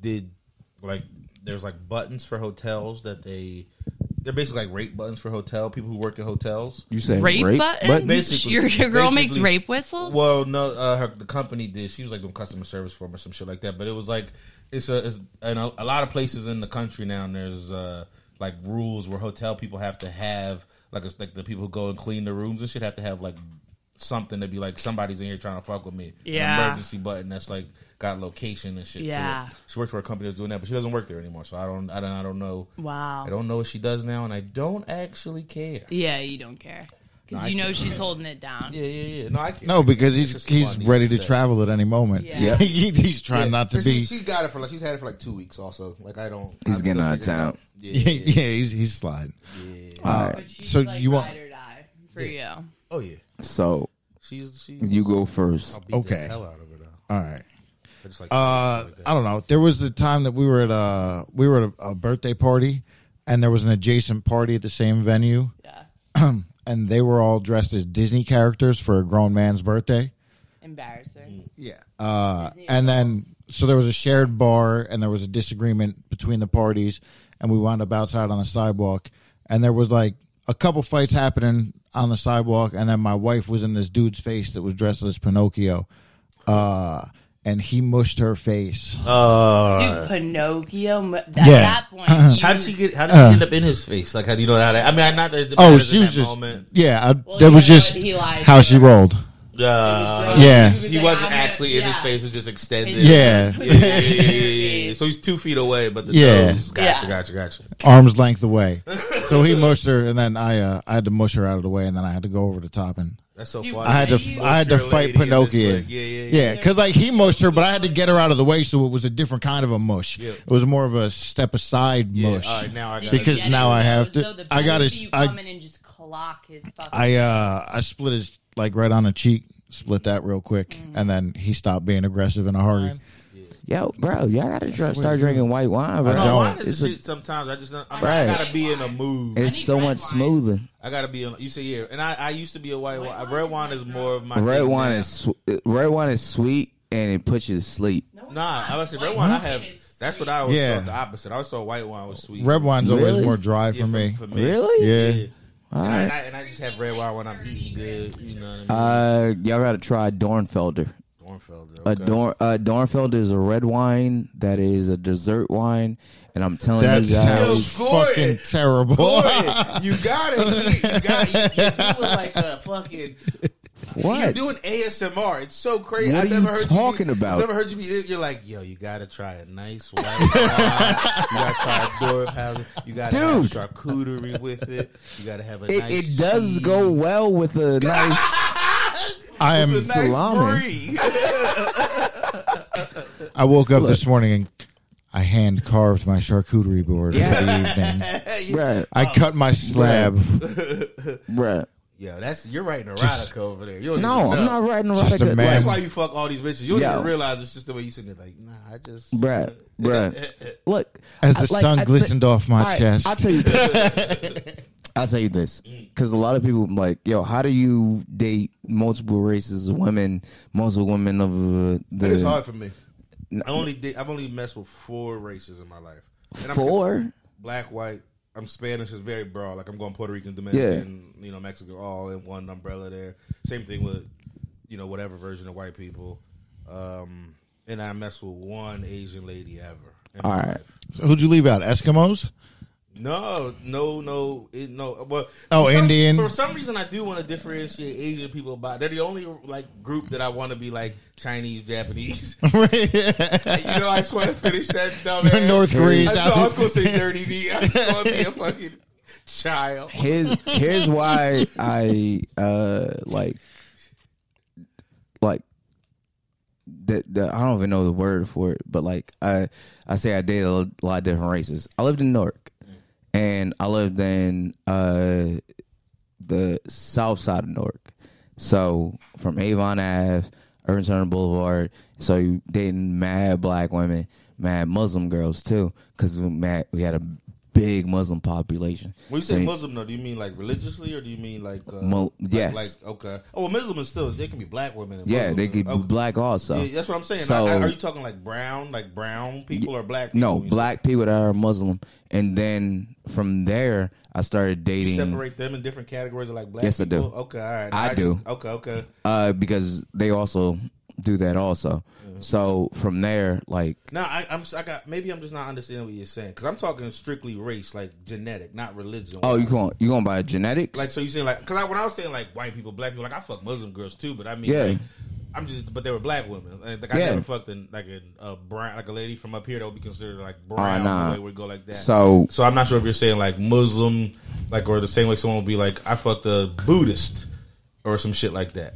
Speaker 5: did like there's like buttons for hotels that they they're basically like rate buttons for hotel people who work at hotels.
Speaker 1: you said
Speaker 2: Rape,
Speaker 1: rape,
Speaker 2: buttons?
Speaker 1: button?
Speaker 5: Basically-
Speaker 2: your, your girl makes
Speaker 5: basically-
Speaker 2: rape whistles.
Speaker 5: Well, no, uh, her, the company did. She was like doing customer service for 'em or some shit like that. But it was like it's a it's and a, a lot of places in the country now. And there's uh, like rules where hotel people have to have like it's like the people who go and clean the rooms and shit have to have like something to be like somebody's in here trying to fuck with me.
Speaker 2: Yeah.
Speaker 5: an emergency button that's like got location and shit.
Speaker 2: Yeah.
Speaker 5: to it. she worked for a company that's doing that, but she doesn't work there anymore. So I don't, I don't, I don't know.
Speaker 2: Wow.
Speaker 5: I don't know what she does now, and I don't actually care.
Speaker 2: yeah, you don't care because you know she's holding it down.
Speaker 5: Yeah, yeah, yeah. No, I care.
Speaker 4: No, because he's
Speaker 5: just
Speaker 4: he's
Speaker 5: funny,
Speaker 4: ready to
Speaker 5: that's it.
Speaker 4: travel at any moment.
Speaker 2: Yeah. Yeah.
Speaker 4: He- he's trying
Speaker 5: Yeah,
Speaker 4: not to
Speaker 5: so she-
Speaker 4: be.
Speaker 5: She, got it for like she's had it for like two weeks. Also, like I don't.
Speaker 1: He's
Speaker 5: I'm
Speaker 1: getting
Speaker 5: still
Speaker 1: out of
Speaker 5: figuring
Speaker 1: town.
Speaker 5: out. Yeah,
Speaker 4: yeah,
Speaker 5: yeah. yeah.
Speaker 4: he's he's sliding.
Speaker 1: All right.
Speaker 2: But she's
Speaker 4: So
Speaker 2: like
Speaker 4: you want-
Speaker 2: ride or die for you.
Speaker 5: Oh yeah.
Speaker 1: So
Speaker 5: She's she.
Speaker 1: you go first.
Speaker 5: I'll beat
Speaker 4: Okay.
Speaker 5: the hell out of her now.
Speaker 4: All right.
Speaker 5: I just like.
Speaker 4: Uh,
Speaker 5: like that.
Speaker 4: I don't know. There was the time that we were at a we were at a, a birthday party, and there was an adjacent party at the same venue,
Speaker 2: Yeah,
Speaker 4: and they were all dressed as Disney characters for a grown man's birthday.
Speaker 5: Mm.
Speaker 2: embarrassing.
Speaker 4: Yeah. Uh, and then so there was a shared bar, and there was a disagreement between the parties, and we wound up outside on the sidewalk, and there was like a couple fights happening on the sidewalk, and then my wife was in this dude's face that was dressed as Pinocchio, uh, and he mushed her face.
Speaker 2: Dude, Pinocchio. mu- At
Speaker 4: Yeah.
Speaker 2: that point, you,
Speaker 5: Uh, how did she get? How did she end up in his face? Like, how do you know how that? I mean, I not that. it
Speaker 4: Uh. Oh,
Speaker 5: matters
Speaker 4: she
Speaker 5: in
Speaker 4: was
Speaker 5: that
Speaker 4: just
Speaker 5: Moment.
Speaker 4: yeah. I,
Speaker 2: Well,
Speaker 4: that
Speaker 2: you
Speaker 4: was
Speaker 2: know
Speaker 4: just
Speaker 2: that he lied
Speaker 4: how
Speaker 2: to
Speaker 4: she
Speaker 2: her.
Speaker 4: rolled.
Speaker 5: Uh,
Speaker 2: He was
Speaker 4: Yeah.
Speaker 2: like,
Speaker 5: She
Speaker 2: I'm
Speaker 5: wasn't
Speaker 2: gonna-
Speaker 5: actually in his
Speaker 2: yeah.
Speaker 5: face; it was just extended.
Speaker 4: Yeah.
Speaker 5: yeah, yeah, yeah, yeah, yeah, yeah. So he's two feet away, but the
Speaker 4: Yeah.
Speaker 5: nose. Gotcha,
Speaker 2: Yeah.
Speaker 5: gotcha, gotcha.
Speaker 4: arm's length away. so he mushed her, and then I uh, I had to mush her out of the way, and then I had to go over the top and
Speaker 5: That's so
Speaker 2: Dude,
Speaker 5: funny.
Speaker 4: I had
Speaker 2: Thank
Speaker 4: to
Speaker 2: you.
Speaker 4: I had to
Speaker 5: Musher
Speaker 4: fight
Speaker 5: lady in this
Speaker 4: Pinocchio.
Speaker 5: leg. Yeah, yeah, yeah.
Speaker 4: because like he mushed her, but I had to get her out of the way, so it was a different kind of a mush.
Speaker 5: Yeah.
Speaker 4: It was more of a step aside
Speaker 5: Yeah,
Speaker 4: mush.
Speaker 5: all right, now I got
Speaker 4: Because
Speaker 2: Get
Speaker 4: now
Speaker 2: him,
Speaker 4: I have
Speaker 2: though,
Speaker 4: to-
Speaker 2: the
Speaker 4: I gotta-
Speaker 2: best You
Speaker 4: I-
Speaker 2: come in and just clock his fucking.
Speaker 4: I uh I split his like right on the cheek, split that real quick, and then he stopped being aggressive in a hurry.
Speaker 1: Yo, bro, y'all gotta dr- start drinking white wine, bro.
Speaker 4: I
Speaker 5: No,
Speaker 4: don't.
Speaker 5: why does
Speaker 1: It's,
Speaker 5: this
Speaker 1: a-
Speaker 5: shit sometimes I just don't- I'm,
Speaker 1: Right.
Speaker 5: I gotta be in a mood.
Speaker 1: it's
Speaker 2: need
Speaker 1: so
Speaker 2: red
Speaker 1: much
Speaker 2: wine.
Speaker 1: smoother.
Speaker 5: I gotta be in. You say yeah, and I, I used to be a white wine. Red wine is more of my
Speaker 1: Red
Speaker 5: thing
Speaker 1: wine
Speaker 5: now.
Speaker 1: is sw- red wine is sweet and it puts you to sleep.
Speaker 2: No,
Speaker 5: nah.
Speaker 2: it's
Speaker 5: I
Speaker 2: not.
Speaker 5: would say red
Speaker 2: White
Speaker 5: wine. I
Speaker 2: wine
Speaker 5: have.
Speaker 2: is
Speaker 5: That's what
Speaker 2: sweet.
Speaker 5: I always
Speaker 4: Yeah.
Speaker 5: thought the opposite. I always thought white wine was sweet.
Speaker 4: Red wine's always
Speaker 1: Really?
Speaker 4: more dry for
Speaker 5: Yeah,
Speaker 4: me.
Speaker 5: for
Speaker 1: Really?
Speaker 4: Yeah.
Speaker 5: Yeah.
Speaker 1: All
Speaker 5: And, I, and,
Speaker 1: right.
Speaker 5: I, and I just have red wine when I'm eating good. You know what I
Speaker 1: Uh,
Speaker 5: mean?
Speaker 1: y'all gotta try Dornfelder.
Speaker 5: Dornfelder.
Speaker 1: Uh, A
Speaker 5: okay.
Speaker 1: Dorn uh, Dornfelder is a red wine that is a dessert wine, and I'm telling
Speaker 4: That
Speaker 1: you guys,
Speaker 4: sounds
Speaker 5: Yo, Gordon.
Speaker 4: fucking terrible.
Speaker 5: Boy, you got it. You got it. You're doing like a fucking. You're
Speaker 1: what?
Speaker 5: doing ASMR. It's so crazy.
Speaker 1: What
Speaker 5: I've
Speaker 1: are
Speaker 5: never
Speaker 1: you
Speaker 5: heard
Speaker 1: talking
Speaker 5: you be,
Speaker 1: about?
Speaker 5: I've never heard you be. You're like, yo, you gotta try a nice white wine. you gotta try a Dornfelder. You gotta
Speaker 1: Dude.
Speaker 5: have charcuterie with it. You gotta have a
Speaker 1: It,
Speaker 5: nice.
Speaker 1: it does go
Speaker 5: cheese.
Speaker 1: well with a nice.
Speaker 4: I am.
Speaker 5: It's a nice
Speaker 1: salami.
Speaker 5: brie.
Speaker 4: I woke up this morning and I hand carved my charcuterie board for the evening.
Speaker 1: Right,
Speaker 4: I cut my slab.
Speaker 1: right.
Speaker 5: Yo, that's you're writing erotica over there. You don't
Speaker 1: No,
Speaker 5: even
Speaker 1: I'm
Speaker 5: know.
Speaker 1: not writing
Speaker 4: Just
Speaker 1: erotica.
Speaker 4: a man.
Speaker 5: That's
Speaker 1: Like,
Speaker 5: why you fuck all these bitches. You don't
Speaker 1: Yo.
Speaker 5: even realize it's just the way you sitting there. Like, nah, I just
Speaker 1: Bruh, bruh. Look,
Speaker 4: As
Speaker 1: I-
Speaker 4: the
Speaker 1: like,
Speaker 4: sun
Speaker 1: I-
Speaker 4: glistened off my
Speaker 1: all right,
Speaker 4: chest.
Speaker 1: I'll tell you this. I'll tell you this,
Speaker 5: Mm.
Speaker 1: because a lot of people like, yo, how do you date multiple races of women, multiple women of uh, the
Speaker 5: it's hard for me. I only did, I've only messed with four races in my life. And I'm-
Speaker 1: four?
Speaker 5: black, white. I'm Spanish is very broad. Like I'm going Puerto Rican, Dominican, you know, Mexico, all in one umbrella. There. Same thing with you know whatever version of white people. Um, and I mess with one Asian lady ever. in my
Speaker 1: All right.
Speaker 5: life.
Speaker 4: So who'd you leave out? Eskimos?
Speaker 5: No, no, no, it, no. Well,
Speaker 4: Oh,
Speaker 5: for some-
Speaker 4: Indian.
Speaker 5: For some reason, I do want to differentiate Asian people by. They're the only like group that I want to be like Chinese, Japanese. you know, I just want to finish that dumb. ass-
Speaker 4: North Koreans
Speaker 5: I, no,
Speaker 4: out
Speaker 5: I was gonna say dirty D. I just want to be a fucking child.
Speaker 1: here's here's why I uh like like that the, I don't even know the word for it, but like I I say I dated a lot of different races. I lived in Newark, and I lived in uh the south side of Newark, so from Avon Ave, Urban Center Boulevard. So you dating mad black women, mad Muslim girls too, because we mad we had a big Muslim population.
Speaker 5: When you say
Speaker 1: So you-
Speaker 5: Muslim, though, do you mean like religiously, or do you mean like uh,
Speaker 1: Mo-
Speaker 5: like-
Speaker 1: yes.
Speaker 5: Like, okay. Oh, well, Muslim is still they can be black women. And
Speaker 1: Yeah,
Speaker 5: Muslim
Speaker 1: they
Speaker 5: is-
Speaker 1: could
Speaker 5: oh,
Speaker 1: be black also.
Speaker 5: Yeah, that's what I'm saying.
Speaker 1: So-
Speaker 5: I- I- are you talking like brown, like brown people, or black? people?
Speaker 1: no,
Speaker 5: You
Speaker 1: black people that are Muslim, and then from there I started dating
Speaker 5: Separate them in different categories of like black.
Speaker 1: Yes, I do.
Speaker 5: people? Okay, all right.
Speaker 1: I
Speaker 5: just-
Speaker 1: do.
Speaker 5: Okay, okay.
Speaker 1: uh, because they also do that also. So from there, like
Speaker 5: No, I, I'm. I got. Maybe I'm just not understanding what you're saying because I'm talking strictly race, like genetic, not religion.
Speaker 1: oh, you going you going by genetics?
Speaker 5: like so you saying like because I, when I was saying like white people, black people, like I fuck Muslim girls too, but I mean,
Speaker 1: Yeah.
Speaker 5: like, I'm just but they were black women. Like, like, I
Speaker 1: Yeah.
Speaker 5: never fucked in, like a uh, brown, like a lady from up here that would be considered like
Speaker 1: Oh,
Speaker 5: brown.
Speaker 1: nah.
Speaker 5: The way we go like that.
Speaker 1: So-
Speaker 5: so I'm not sure if you're saying like Muslim, like or the same way someone would be like I fucked a Buddhist. Or some shit like that,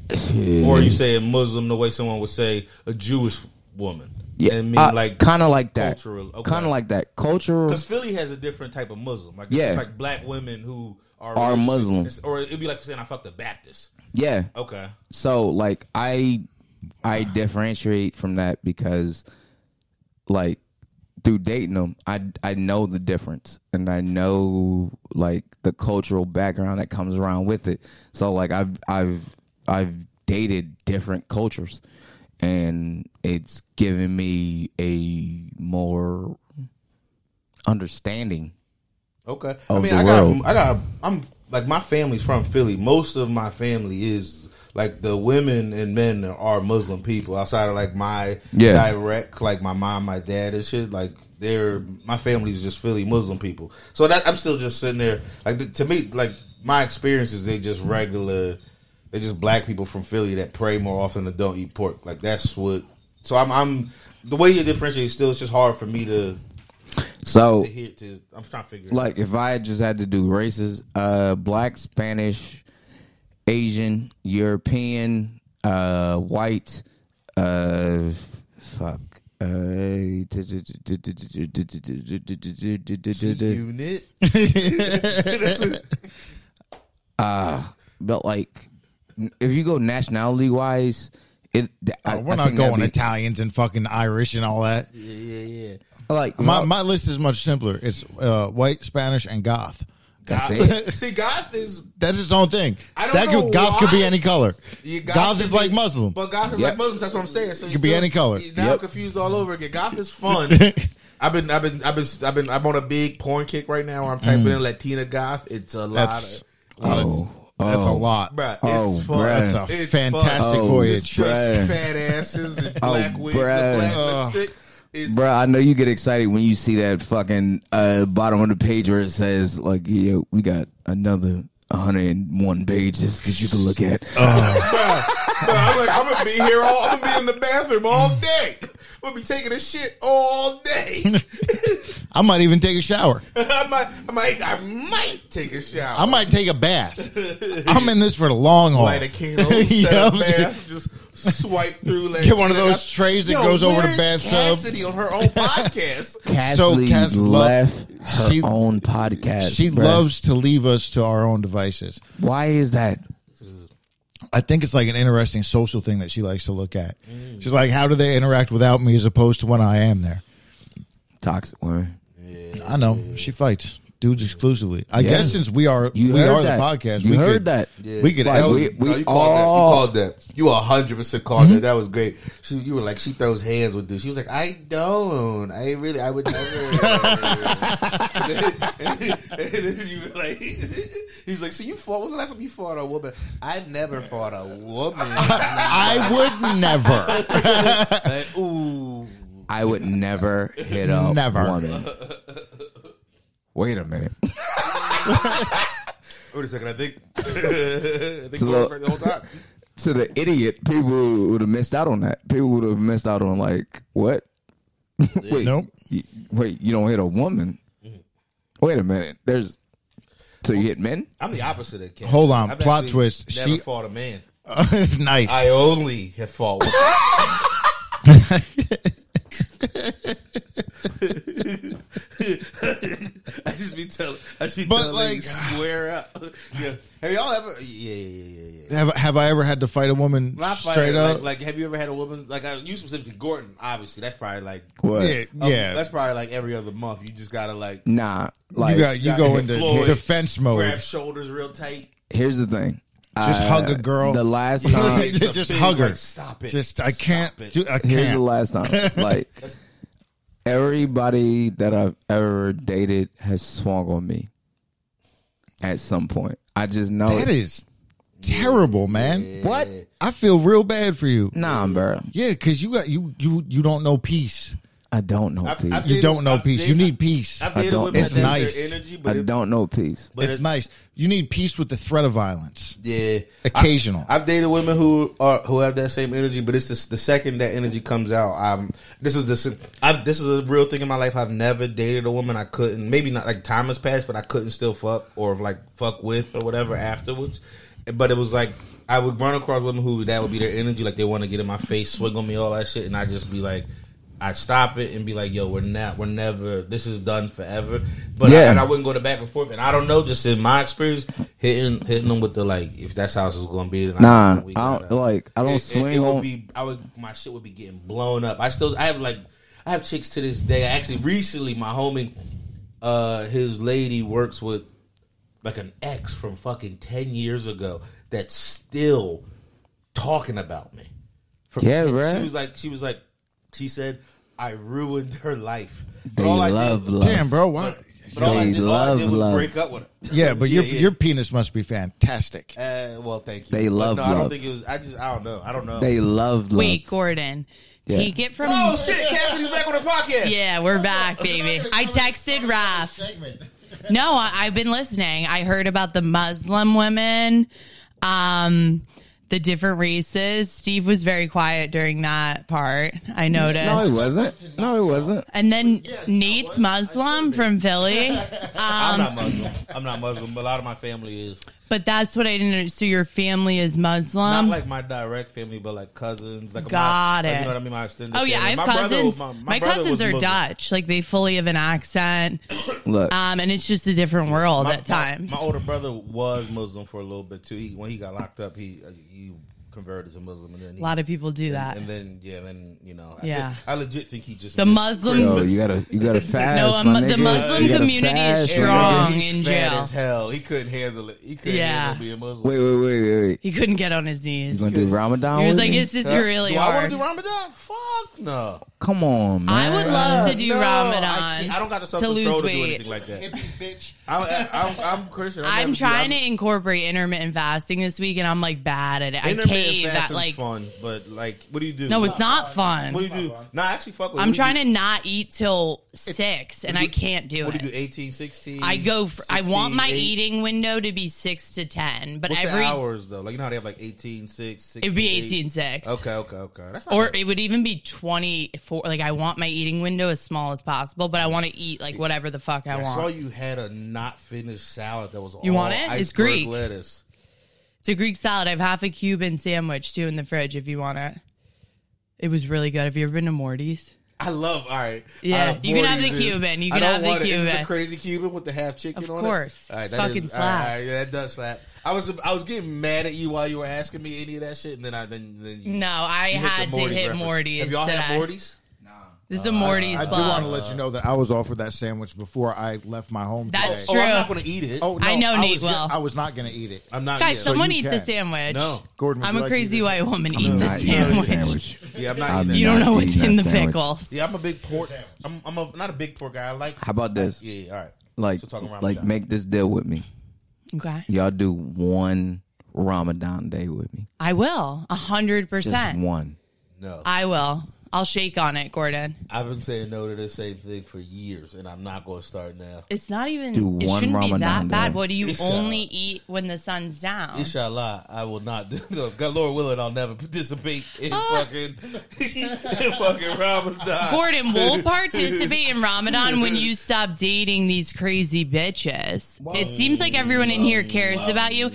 Speaker 5: or you saying Muslim the way someone would say a Jewish woman,
Speaker 1: yeah, Uh,
Speaker 5: and mean like
Speaker 1: kind of like that,
Speaker 5: cultural, okay.
Speaker 1: kind of like that cultural.
Speaker 5: because Philly has a different type of Muslim. Like
Speaker 1: Yeah.
Speaker 5: it's like black women who are
Speaker 1: Are
Speaker 5: religious.
Speaker 1: Muslim.
Speaker 5: It's- or it'd be like saying I fucked a Baptist.
Speaker 1: Yeah,
Speaker 5: Okay,
Speaker 1: so like I I differentiate from that because like through dating them, I I know the difference and I know like the cultural background that comes around with it. So like I've I've I've dated different cultures and it's given me a more understanding.
Speaker 5: okay. I
Speaker 1: Of
Speaker 5: mean,
Speaker 1: the
Speaker 5: I got,
Speaker 1: world.
Speaker 5: I got, I'm like my family's from Philly. Most of my family is like the women and men are Muslim people outside of like my
Speaker 1: Yeah.
Speaker 5: direct, like my mom, my dad, and shit. Like they're my family's just Philly Muslim people. So that I'm still just sitting there. Like th- to me, like my experience is they just regular. They're just black people from Philly that pray more often than don't eat pork. Like that's what. So I'm, I'm the way you differentiate. Still, it's just hard for me to
Speaker 1: So
Speaker 5: to hear. To I'm trying to figure. it out.
Speaker 1: like if I just had to do races, uh, black, Spanish, Asian, European, uh, white, uh, fuck, uh,
Speaker 5: unit.
Speaker 1: but like if you go nationality wise, it I,
Speaker 4: Oh, we're
Speaker 1: I
Speaker 4: not
Speaker 1: think that'd
Speaker 4: going
Speaker 1: be-
Speaker 4: Italians and fucking Irish and all that.
Speaker 5: Yeah, yeah, yeah.
Speaker 1: like
Speaker 4: My, my list is much simpler. It's uh, white, Spanish, and goth.
Speaker 1: that's it.
Speaker 5: God, see, goth is
Speaker 4: That's its own thing.
Speaker 5: I don't
Speaker 4: that
Speaker 5: know
Speaker 4: could, goth could be
Speaker 5: why.
Speaker 4: any color.
Speaker 5: Yeah,
Speaker 4: goth,
Speaker 5: could
Speaker 4: is
Speaker 5: be-
Speaker 4: like Muslim.
Speaker 5: but goth is
Speaker 1: Yep.
Speaker 5: like Muslims. That's what I'm saying. So you
Speaker 4: could be
Speaker 5: still-
Speaker 4: any color.
Speaker 5: you- Now I'm
Speaker 1: Yep.
Speaker 5: confused all over again. Goth is fun. I've been, I've been, I've been, I've been, I'm on a big porn kick right now. Where I'm typing in Latina goth. It's a lot.
Speaker 4: Mm. That's
Speaker 5: of,
Speaker 4: that's, that's a
Speaker 1: oh.
Speaker 4: lot.
Speaker 5: Bruh,
Speaker 1: Oh,
Speaker 5: it's fun.
Speaker 1: bruh.
Speaker 4: That's a
Speaker 5: It's
Speaker 4: fantastic
Speaker 1: Oh,
Speaker 4: voyage. Oh,
Speaker 5: Just
Speaker 1: Bruh.
Speaker 5: fat asses and black wigs
Speaker 1: bruh.
Speaker 5: and black
Speaker 4: Ugh.
Speaker 5: lipstick. It's,
Speaker 1: Bruh, I know you get excited when you see that fucking uh, bottom of the page where it says like, "Yeah, we got another 101 pages that you can look at."
Speaker 4: Oh.
Speaker 5: Bro, I'm like, I'm gonna be here all. I'm gonna be in the bathroom all day. I'm gonna be taking a shit all day.
Speaker 4: I might even take a shower.
Speaker 5: I might, I might, I might take a shower.
Speaker 4: I might take a bath. I'm in this for the long haul.
Speaker 5: light a candle, set
Speaker 4: Yeah.
Speaker 5: a bath, just swipe through. Like,
Speaker 4: Get one of those trays that
Speaker 5: Yo,
Speaker 4: goes over the
Speaker 5: where's
Speaker 4: bathtub.
Speaker 5: Cassidy on her own podcast.
Speaker 1: Cassidy
Speaker 4: Cass lo-
Speaker 1: left her
Speaker 4: she-
Speaker 1: own podcast.
Speaker 4: She
Speaker 1: bruh.
Speaker 4: loves to leave us to our own devices.
Speaker 1: Why is that?
Speaker 4: I think it's like an interesting social thing that she likes to look at.
Speaker 5: Mm.
Speaker 4: She's like, how do they interact without me as opposed to when I am there?
Speaker 1: Toxic woman.
Speaker 4: I know she fights dudes exclusively. I guess since we are
Speaker 1: You
Speaker 4: we
Speaker 1: heard
Speaker 4: are
Speaker 1: that.
Speaker 4: the podcast,
Speaker 1: You
Speaker 4: we
Speaker 1: heard
Speaker 4: could,
Speaker 1: that.
Speaker 4: we could.
Speaker 1: Like,
Speaker 4: el-
Speaker 1: we- we
Speaker 5: No, Oh, you
Speaker 1: all-
Speaker 5: called that. You called that. You 100 percent called
Speaker 4: Mm-hmm.
Speaker 5: that. That was great. She, you were like, she throws hands with dudes. She was like, I don't. I really, I would never. and then you were like, he's like, so you fought. What was the last time you fought a woman? I've never fought a woman.
Speaker 4: I would never.
Speaker 5: Like, Ooh.
Speaker 1: I would never hit a
Speaker 4: Never.
Speaker 1: woman. Wait a minute.
Speaker 5: Wait a second. I think. I think
Speaker 1: So-
Speaker 5: we were right the whole time.
Speaker 1: To the idiot, people would have missed out on that. People would have missed out on like what? wait,
Speaker 4: Nope.
Speaker 1: you- wait, you don't hit a woman? Wait a minute. There's So you hit men?
Speaker 5: I'm the opposite of Ken.
Speaker 4: Hold on,
Speaker 5: I've
Speaker 4: plot
Speaker 5: actually
Speaker 4: twist.
Speaker 5: Never
Speaker 4: She-
Speaker 5: fought a man.
Speaker 4: nice.
Speaker 5: I only have fought. Women. I just be telling. I just be
Speaker 4: But,
Speaker 5: telling. Like,
Speaker 4: like-
Speaker 5: square up. yeah. Have y'all ever? Yeah, yeah, yeah, yeah. yeah.
Speaker 4: have have I ever had to fight a woman
Speaker 5: Not
Speaker 4: straight
Speaker 5: fighting,
Speaker 4: up?
Speaker 5: Like, like, have you ever had a woman? Like, uh, you specifically, Gordon. Obviously, that's probably like.
Speaker 1: What?
Speaker 4: yeah,
Speaker 5: um,
Speaker 4: yeah.
Speaker 5: That's probably like every other month. You just gotta like
Speaker 1: Nah. Like
Speaker 4: you got you
Speaker 5: gotta
Speaker 4: go
Speaker 5: hit
Speaker 4: into
Speaker 5: Floyd.
Speaker 4: defense mode.
Speaker 5: grab shoulders real tight.
Speaker 1: here's the thing.
Speaker 4: Just hug a girl.
Speaker 1: The last time.
Speaker 5: It's a
Speaker 4: Just
Speaker 5: big,
Speaker 4: hug her.
Speaker 5: like, stop it.
Speaker 4: Just I
Speaker 5: Stop
Speaker 4: can't.
Speaker 5: it.
Speaker 4: Do, I
Speaker 1: here's the
Speaker 4: can't.
Speaker 1: last time. Like
Speaker 5: That's-
Speaker 1: everybody that I've ever dated has swung on me at some point. I just know
Speaker 4: That
Speaker 1: it.
Speaker 4: is terrible, man.
Speaker 1: What?
Speaker 4: I feel real bad for you.
Speaker 1: Nah, bro.
Speaker 4: Yeah, because you got you you you don't know peace.
Speaker 1: I don't know
Speaker 5: I've-
Speaker 1: peace.
Speaker 5: I've
Speaker 1: I,
Speaker 4: You
Speaker 5: Dated-
Speaker 4: don't know
Speaker 5: I've
Speaker 4: peace. You
Speaker 5: dated-
Speaker 4: need peace.
Speaker 5: I've
Speaker 1: I
Speaker 5: dated
Speaker 1: don't-
Speaker 5: women
Speaker 1: it's
Speaker 5: that that's
Speaker 4: nice.
Speaker 5: their energy, but it,
Speaker 1: don't know peace.
Speaker 5: but
Speaker 4: it's
Speaker 5: it-
Speaker 4: nice. You need peace with the threat of violence.
Speaker 5: Yeah,
Speaker 4: Occasional.
Speaker 5: I, have dated women who are who have that same energy, but it's just the second that energy comes out. Um, this is this. I've this is a real thing in my life. I've never dated a woman I couldn't. Maybe not like time has passed, but I couldn't still fuck or like fuck with or whatever afterwards. But it was like I would run across women who that would be their energy, like they want to get in my face, swing on me, all that shit, and I just be like. I stop it and be like, "Yo, we're not, we're never. This is done forever." But I,
Speaker 1: Yeah.
Speaker 5: and I wouldn't go to back and forth. And I don't know, just in my experience, hitting hitting them with the like, if that's how it's going to be, then
Speaker 1: Nah,
Speaker 5: we
Speaker 1: I don't
Speaker 5: gotta-
Speaker 1: like. I don't
Speaker 5: it, it-
Speaker 1: swing
Speaker 5: it would
Speaker 1: on.
Speaker 5: Be, I would my shit would be getting blown up. I still I have like I have chicks to this day. I actually recently my homie, uh, his lady works with like an ex from fucking ten years ago that's still talking about me. From
Speaker 1: Yeah,
Speaker 5: she,
Speaker 1: right.
Speaker 5: She was like she was like she said I ruined her life.
Speaker 1: they love love.
Speaker 4: Damn, bro. Why?
Speaker 5: But all I
Speaker 1: They
Speaker 5: did, all I
Speaker 1: love
Speaker 5: did was
Speaker 1: love.
Speaker 5: break up with her.
Speaker 4: Yeah, but your
Speaker 5: yeah.
Speaker 4: your penis must be fantastic.
Speaker 5: Uh, well, thank you.
Speaker 1: They
Speaker 5: But
Speaker 1: love
Speaker 5: No, I don't
Speaker 1: love.
Speaker 5: think it was. I just. I don't know. I don't know.
Speaker 1: They love love.
Speaker 2: Wait, Gordon,
Speaker 1: Yeah.
Speaker 2: take it from.
Speaker 5: oh shit! Oh, Cassidy's back on the podcast.
Speaker 2: Yeah, we're back, baby. I texted Raph. No, I, I've been listening. I heard about the Muslim women, um, the different races. Steve was very quiet during that part. I noticed.
Speaker 1: No, it wasn't. No, it wasn't.
Speaker 2: and then Nate's Muslim from Philly. um,
Speaker 5: I'm not Muslim. I'm not Muslim, but a lot of my family is.
Speaker 2: But that's what I didn't. So your family is Muslim.
Speaker 5: not like my direct family, but like cousins. Like
Speaker 2: Um, Got
Speaker 5: my, like,
Speaker 2: it.
Speaker 5: you know what I mean? My extended.
Speaker 2: oh yeah, I
Speaker 5: family.
Speaker 2: have
Speaker 5: my brother-
Speaker 2: cousins.
Speaker 5: my-
Speaker 2: my
Speaker 5: my brother was
Speaker 2: cousins are
Speaker 5: Muslim.
Speaker 2: Dutch. Like they fully have an accent.
Speaker 1: Look,
Speaker 2: Um, and it's just a different world
Speaker 5: My-
Speaker 2: at
Speaker 5: my-
Speaker 2: times.
Speaker 5: My, older brother was Muslim for a little bit too. He, when he got locked up, he he converted to Muslim, and then he,
Speaker 2: a lot of people do that.
Speaker 5: and then yeah, then you know,
Speaker 2: Yeah.
Speaker 5: I, I legit think he just
Speaker 2: The
Speaker 5: missed
Speaker 2: Muslim-
Speaker 1: yo,
Speaker 5: Christmas.
Speaker 1: you gotta you gotta fast.
Speaker 2: No, um,
Speaker 1: my
Speaker 2: the
Speaker 1: nigga.
Speaker 2: Muslim
Speaker 1: You gotta
Speaker 2: community is
Speaker 1: fast,
Speaker 5: Yeah,
Speaker 2: strong.
Speaker 5: he's
Speaker 2: in
Speaker 5: fat
Speaker 2: jail.
Speaker 5: as hell. He couldn't handle it. He couldn't
Speaker 2: Yeah.
Speaker 5: handle being Muslim.
Speaker 1: my nigga. Wait, wait, wait, wait, wait.
Speaker 2: He couldn't get on his knees.
Speaker 1: You gonna do Ramadan?
Speaker 2: He was
Speaker 1: with
Speaker 2: like,
Speaker 1: me?
Speaker 2: "This is
Speaker 5: Huh?
Speaker 2: really
Speaker 5: do I want
Speaker 2: hard."
Speaker 5: to do Ramadan? Fuck no.
Speaker 1: Come on, man.
Speaker 2: I would love to
Speaker 5: Uh,
Speaker 2: do
Speaker 5: no,
Speaker 2: Ramadan.
Speaker 5: I, can't- I don't got the
Speaker 2: to
Speaker 5: self
Speaker 2: lose
Speaker 5: control to, do
Speaker 2: weight.
Speaker 5: anything like that. I, I, I'm, I'm Christian.
Speaker 2: I'm trying to incorporate intermittent fasting this week, and I'm like bad at it. I cave at
Speaker 5: fasting's
Speaker 2: like
Speaker 5: fun, but like, what do you do?
Speaker 2: no, it's not fun.
Speaker 5: What do you do? No, I actually fuck with.
Speaker 2: I'm trying to not eat till six, and I can't do
Speaker 5: What do you
Speaker 2: it.
Speaker 5: do? 18, 16?
Speaker 2: I go. For, I want my
Speaker 5: 16, eight?
Speaker 2: eating window to be six to ten, but
Speaker 5: What's the
Speaker 2: every
Speaker 5: hours though? Like you know how they have like 18, 6, 16,
Speaker 2: it'd be
Speaker 5: eight?
Speaker 2: eighteen six.
Speaker 5: Okay, okay, okay. That's not
Speaker 2: Or
Speaker 5: bad.
Speaker 2: it would even be twenty four. Like I want my eating window as small as possible, but I want to eat like whatever the fuck I
Speaker 5: I
Speaker 2: want.
Speaker 5: saw you had a not finished salad that was
Speaker 2: You
Speaker 5: all
Speaker 2: want it? It's
Speaker 5: iceberg
Speaker 2: Greek.
Speaker 5: lettuce.
Speaker 2: It's a Greek salad. I have half a Cuban sandwich too in the fridge if you want it. It was really good. Have you ever been to Morty's?
Speaker 5: I love. All right.
Speaker 2: Yeah,
Speaker 5: Uh,
Speaker 2: you can have the
Speaker 5: Morty's is-
Speaker 2: Cuban. You
Speaker 5: I
Speaker 2: can
Speaker 5: don't
Speaker 2: have the
Speaker 5: want it. Is it
Speaker 2: Cuban.
Speaker 5: the crazy Cuban with the half chicken
Speaker 2: Of
Speaker 5: on it.
Speaker 2: course.
Speaker 5: All right,
Speaker 2: It's
Speaker 5: that
Speaker 2: fucking
Speaker 5: all right, all right,
Speaker 2: slaps.
Speaker 5: yeah, that does slap. I was I was getting mad at you while you were asking me any of that shit, and then I then then you,
Speaker 2: No, I
Speaker 5: you hit the
Speaker 2: had to
Speaker 5: Morty's
Speaker 2: hit
Speaker 5: reference.
Speaker 2: Morty's.
Speaker 5: Have y'all
Speaker 2: today.
Speaker 5: had Morty's?
Speaker 2: This is a Morty's
Speaker 4: I do want
Speaker 2: club.
Speaker 4: to let you know that I was offered that sandwich before I left my home.
Speaker 2: That's
Speaker 5: Oh,
Speaker 2: true.
Speaker 5: I'm not going to eat it.
Speaker 4: Oh, no,
Speaker 2: I know
Speaker 4: was
Speaker 2: Nate
Speaker 4: gonna-
Speaker 2: will.
Speaker 4: I was not going to eat it.
Speaker 5: I'm not.
Speaker 2: Guys,
Speaker 5: yeah.
Speaker 2: someone
Speaker 4: you
Speaker 2: eat the
Speaker 4: can.
Speaker 2: sandwich.
Speaker 5: No.
Speaker 4: Gordon, would
Speaker 2: I'm
Speaker 4: you
Speaker 2: a
Speaker 4: like to eat
Speaker 2: crazy
Speaker 4: this?
Speaker 2: white woman. Eat the
Speaker 1: Not eating a
Speaker 2: sandwich.
Speaker 1: sandwich.
Speaker 5: yeah, I'm
Speaker 1: I'm
Speaker 5: not
Speaker 1: not
Speaker 5: eating
Speaker 2: You
Speaker 5: that.
Speaker 2: don't know
Speaker 1: Not
Speaker 2: what's
Speaker 1: eating
Speaker 2: in the
Speaker 1: that sandwich.
Speaker 2: pickles.
Speaker 5: Yeah, I'm a big pork. I'm, I'm a, not a big pork guy. I like.
Speaker 1: How about this?
Speaker 5: Yeah, yeah, all right.
Speaker 1: Like,
Speaker 5: So talking about
Speaker 1: like,
Speaker 5: Ramadan.
Speaker 1: make this deal with me.
Speaker 2: Okay,
Speaker 1: Y'all do one Ramadan day with me.
Speaker 2: I will. A hundred
Speaker 1: Just
Speaker 2: percent.
Speaker 1: one.
Speaker 5: no.
Speaker 2: I will. I'll shake on it, Gordon.
Speaker 5: I've been saying no to the same thing for years, and I'm not going to start now.
Speaker 2: It's not even.
Speaker 1: Do
Speaker 2: it
Speaker 1: one
Speaker 2: shouldn't be
Speaker 1: Ramadan
Speaker 2: that bad.
Speaker 1: day.
Speaker 2: What do you
Speaker 5: Isha.
Speaker 2: only eat when the sun's down?
Speaker 5: Inshallah, I will not. do- God, Lord willing, I'll never participate in fucking in fucking Ramadan.
Speaker 2: Gordon will participate in Ramadan when you stop dating these crazy bitches. it seems like everyone in here cares about you,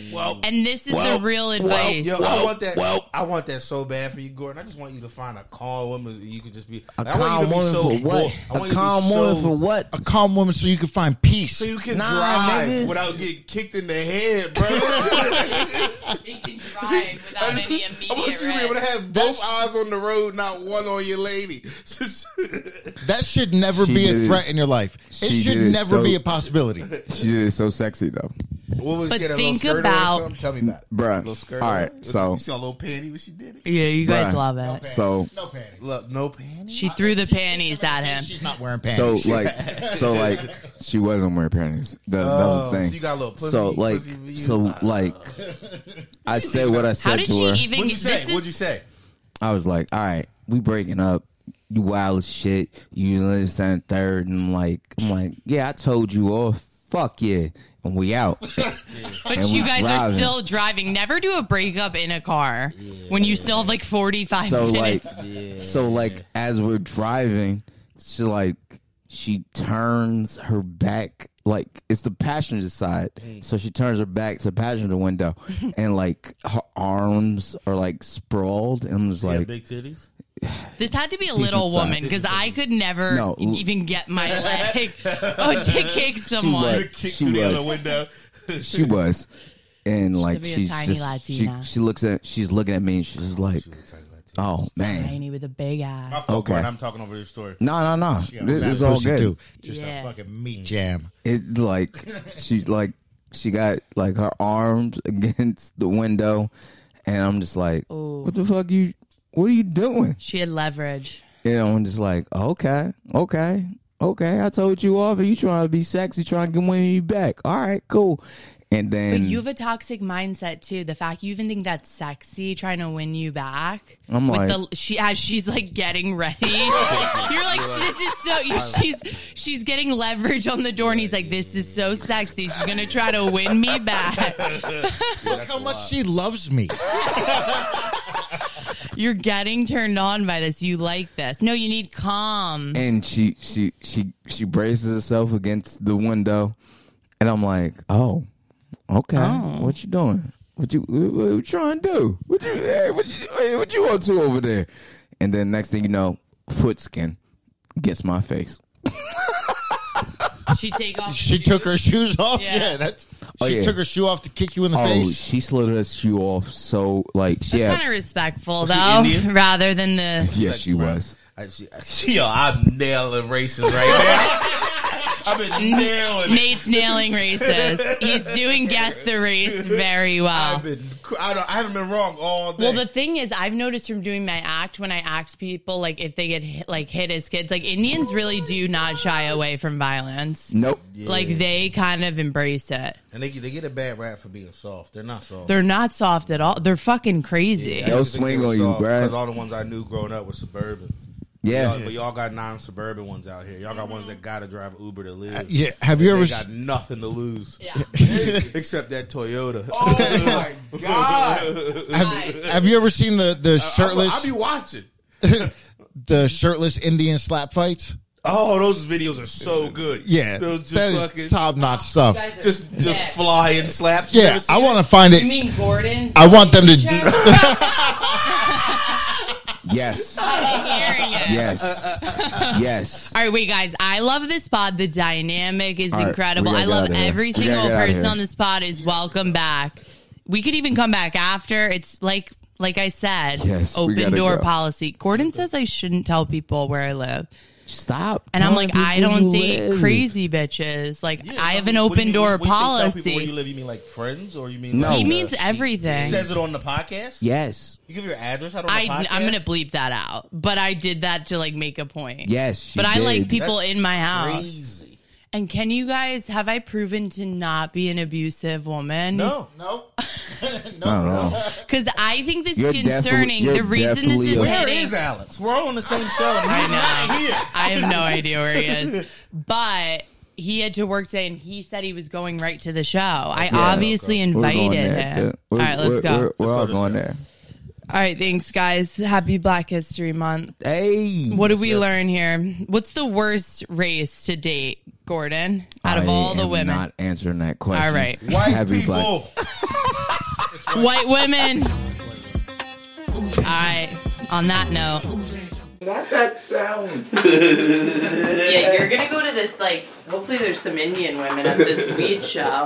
Speaker 2: and this is the real advice.
Speaker 5: Yo, I want that. I want that so bad for you, Gordon. I just want you to find a calm woman. and You could just be
Speaker 1: A
Speaker 5: I want
Speaker 1: calm
Speaker 5: you to be
Speaker 1: woman
Speaker 5: so
Speaker 1: for
Speaker 5: bored.
Speaker 1: what?
Speaker 5: I want you
Speaker 1: A
Speaker 5: to be
Speaker 1: calm
Speaker 5: so-
Speaker 1: woman for what?
Speaker 4: A calm woman so you can find peace.
Speaker 5: So you can
Speaker 1: Nah,
Speaker 5: drive
Speaker 1: nigga.
Speaker 5: without getting kicked in the head, bro. I
Speaker 2: It can drive without
Speaker 5: just-
Speaker 2: any
Speaker 5: I want you
Speaker 2: immediate
Speaker 5: to be able to
Speaker 2: risk.
Speaker 5: have both
Speaker 4: That's-
Speaker 5: eyes on the road, not one on your lady.
Speaker 4: That should never
Speaker 1: She
Speaker 4: be a
Speaker 1: did it.
Speaker 4: threat in your life. It
Speaker 1: She
Speaker 4: should
Speaker 1: did it
Speaker 4: never
Speaker 1: so-
Speaker 4: be a possibility.
Speaker 1: She did it so sexy though.
Speaker 5: what was
Speaker 2: But
Speaker 5: she had a
Speaker 2: think
Speaker 5: little skirt
Speaker 2: about-
Speaker 5: on or something? Tell me about it,
Speaker 1: Bruh.
Speaker 5: Little skirt.
Speaker 1: All
Speaker 5: on?
Speaker 1: right,
Speaker 5: You
Speaker 1: so-
Speaker 5: see a little panty when she did it.
Speaker 2: Yeah, you guys
Speaker 1: Bruh.
Speaker 2: love it.
Speaker 1: So
Speaker 4: no panties.
Speaker 5: Look, no panties.
Speaker 2: She threw the panties at him.
Speaker 4: She's not wearing
Speaker 1: so
Speaker 4: panties.
Speaker 1: like so like she wasn't wearing panties. That, that was the
Speaker 5: Oh,
Speaker 1: thing.
Speaker 5: so you got a little pussy-
Speaker 1: So like
Speaker 5: pussy view.
Speaker 1: so like I said what I said
Speaker 2: How did
Speaker 1: to
Speaker 2: she
Speaker 1: her.
Speaker 2: even?
Speaker 5: What'd you say?
Speaker 2: this is-
Speaker 5: What'd you say?
Speaker 1: I was like, all right, we breaking up. You wild as shit. You understand third, and I'm like, I'm like, yeah, I told you off. Fuck yeah, and we out.
Speaker 2: But
Speaker 1: And
Speaker 2: you
Speaker 1: we
Speaker 2: guys are
Speaker 1: driving.
Speaker 2: still driving. Never do a breakup in a car when you still have like 45
Speaker 1: so like,
Speaker 2: minutes.
Speaker 1: so like, as we're driving, she like, she turns her back. Like it's the passenger side,
Speaker 4: Mm.
Speaker 1: so she turns her back to the passenger window, and like her arms are like sprawled, and I'm just like,
Speaker 5: big titties.
Speaker 2: this had to be a little
Speaker 1: size.
Speaker 2: woman because I could never
Speaker 1: No, l-
Speaker 2: even get my leg oh, to kick
Speaker 1: was.
Speaker 2: someone.
Speaker 5: Kick through
Speaker 1: She
Speaker 5: the
Speaker 1: was.
Speaker 5: other window.
Speaker 1: She was. And like
Speaker 2: be a
Speaker 1: she's
Speaker 2: tiny
Speaker 1: just,
Speaker 2: Latina.
Speaker 1: She, she looks at she's looking at me and she's like, "Oh man,
Speaker 2: Tiny with a big
Speaker 5: My
Speaker 2: ass.
Speaker 5: fault,
Speaker 1: Okay.
Speaker 5: Gordon, I'm talking over your story.
Speaker 1: no, no, no,
Speaker 4: Bad
Speaker 1: It- it's all
Speaker 4: pussy,
Speaker 1: good."
Speaker 4: too. Just
Speaker 2: Yeah.
Speaker 4: a fucking meat jam.
Speaker 1: It's like she's like she got like her arms against the window, and I'm just like,
Speaker 2: Ooh.
Speaker 1: "What the fuck you? What are you doing?"
Speaker 2: She had leverage.
Speaker 1: You know, I'm just like, okay, okay, okay. I told you off. Are you trying to be sexy? Trying to get women you back? All right, cool. And
Speaker 2: But
Speaker 1: then
Speaker 2: you have a toxic mindset too. The fact you even think that's sexy, trying to win you back.
Speaker 1: I'm
Speaker 2: the, she as she's like getting ready. You're like, this is so. She's she's getting leverage on the door, and he's like, this is so sexy. She's gonna try to win me back.
Speaker 4: Look how much she loves me.
Speaker 2: You're getting turned on by this. You like this. No, you need calm.
Speaker 1: and she she she she braces herself against the window, and I'm like, oh, okay,
Speaker 2: Oh.
Speaker 1: what you doing? What you what, what you trying to do? What you hey, what you hey, what you up to over there? And then next thing you know, foot skin gets my face.
Speaker 2: She take off.
Speaker 4: She took her shoes off.
Speaker 2: Yeah.
Speaker 4: Yeah, that's.
Speaker 1: Oh,
Speaker 4: she
Speaker 1: yeah.
Speaker 4: took her shoe off to kick you in the
Speaker 1: Oh,
Speaker 4: face.
Speaker 1: she slid her shoe off so like she
Speaker 2: It's
Speaker 1: had,
Speaker 2: kind of respectful
Speaker 5: she
Speaker 2: though,
Speaker 5: Indian?
Speaker 2: rather than the.
Speaker 1: yeah she was.
Speaker 5: I, she, I, yo, I'm nailing races right now. I've been nailing. it.
Speaker 2: Nate's nailing races. He's doing guess the race very well.
Speaker 5: I've been. I, don't, I haven't been wrong all day.
Speaker 2: Well, the thing is, I've noticed from doing my act when I act people, like if they get hit, like hit as kids, like Indians really do not shy away from violence.
Speaker 1: Nope.
Speaker 2: Like they kind of embrace it.
Speaker 5: and they, get- they get a bad rap for being soft. They're not soft.
Speaker 2: They're not soft at all. They're fucking crazy.
Speaker 1: They'll swing on you, bruh.
Speaker 5: Because all the ones I knew growing up were suburban.
Speaker 1: Yeah.
Speaker 5: Y'all- but y'all got non-suburban ones out here. Y'all got
Speaker 1: Mm-hmm.
Speaker 5: ones that gotta drive Uber to live.
Speaker 4: yeah, have you
Speaker 5: They
Speaker 4: ever? s-
Speaker 5: got nothing to lose
Speaker 2: Yeah.
Speaker 5: except that Toyota.
Speaker 1: Oh my god!
Speaker 4: Have, have you ever seen the the shirtless
Speaker 5: I'll be watching.
Speaker 4: the shirtless Indian slap fights?
Speaker 5: Oh, those videos are so good.
Speaker 4: Yeah,
Speaker 5: Those just
Speaker 4: that is
Speaker 5: fucking
Speaker 4: top notch stuff.
Speaker 5: just just flying slaps. You
Speaker 4: Yeah,
Speaker 5: ever seen
Speaker 4: I
Speaker 5: it?
Speaker 4: want to find
Speaker 2: You
Speaker 4: it.
Speaker 2: mean Gordon?
Speaker 4: I want them to-
Speaker 1: Yes,
Speaker 2: Yeah.
Speaker 1: yes, yes.
Speaker 2: All right, wait, guys. I love this pod. The dynamic is
Speaker 1: All right,
Speaker 2: incredible.
Speaker 1: we gotta
Speaker 2: I
Speaker 1: get
Speaker 2: love
Speaker 1: outta here.
Speaker 2: every
Speaker 1: We gotta
Speaker 2: single
Speaker 1: get outta
Speaker 2: person
Speaker 1: here.
Speaker 2: on this pod is welcome back. We could even come back after. It's like, like I said,
Speaker 1: Yes, we
Speaker 2: open
Speaker 1: gotta
Speaker 2: door
Speaker 1: go.
Speaker 2: policy. Gordon says I shouldn't tell people where I live.
Speaker 1: Stop.
Speaker 2: And I'm
Speaker 1: telling
Speaker 2: like, I
Speaker 1: people
Speaker 2: don't
Speaker 1: you
Speaker 2: date
Speaker 1: live.
Speaker 2: crazy bitches. Like,
Speaker 5: Yeah,
Speaker 2: I
Speaker 5: no,
Speaker 2: have an
Speaker 5: what do you
Speaker 2: open
Speaker 5: mean-
Speaker 2: door
Speaker 5: when you say tell people Where you
Speaker 2: policy.
Speaker 5: live? You mean like friends, or you mean
Speaker 1: No.
Speaker 5: like,
Speaker 1: He
Speaker 2: means
Speaker 5: uh, she-
Speaker 2: everything.
Speaker 5: She says it on the podcast.
Speaker 1: Yes,
Speaker 5: You give your address out on the
Speaker 2: I,
Speaker 5: podcast.
Speaker 2: I'm gonna bleep that out, but I did that to like make a point.
Speaker 1: yes. she
Speaker 2: but I like
Speaker 1: did.
Speaker 2: people in my house.
Speaker 5: Crazy.
Speaker 2: And can you guys have I proven to not be an abusive woman?
Speaker 5: No, no.
Speaker 1: Not at all.
Speaker 2: Because I think this
Speaker 1: You're
Speaker 2: is
Speaker 1: definitely-
Speaker 2: concerning.
Speaker 1: you're
Speaker 2: The reason this
Speaker 1: definitely
Speaker 2: is
Speaker 1: a-
Speaker 5: Where
Speaker 2: hitting,
Speaker 5: is Alex? We're all on the same show. And he's
Speaker 2: I know.
Speaker 5: not here.
Speaker 2: I have no idea where he is, but he had to work today, and he said he was going right to the show. I obviously
Speaker 1: We're going
Speaker 2: invited
Speaker 1: there,
Speaker 2: him.
Speaker 1: too.
Speaker 2: All
Speaker 1: We're-
Speaker 2: right, let's
Speaker 1: we're- We're,
Speaker 2: go.
Speaker 1: we're
Speaker 5: Let's go
Speaker 1: all
Speaker 5: to
Speaker 1: going
Speaker 5: the
Speaker 1: there.
Speaker 2: All right, thanks, guys. Happy Black History Month.
Speaker 1: Hey,
Speaker 2: What did we
Speaker 5: yes.
Speaker 2: learn here? What's the worst race to date, Gordon? Out of
Speaker 1: I
Speaker 2: all the
Speaker 1: am
Speaker 2: women,
Speaker 1: Not answering that question.
Speaker 2: All right.
Speaker 5: White
Speaker 1: Happy Black-
Speaker 5: people.
Speaker 2: white women. All right. On that note,
Speaker 6: Not that sound.
Speaker 2: yeah, you're gonna go to this like. Hopefully, there's some Indian women at this weed show.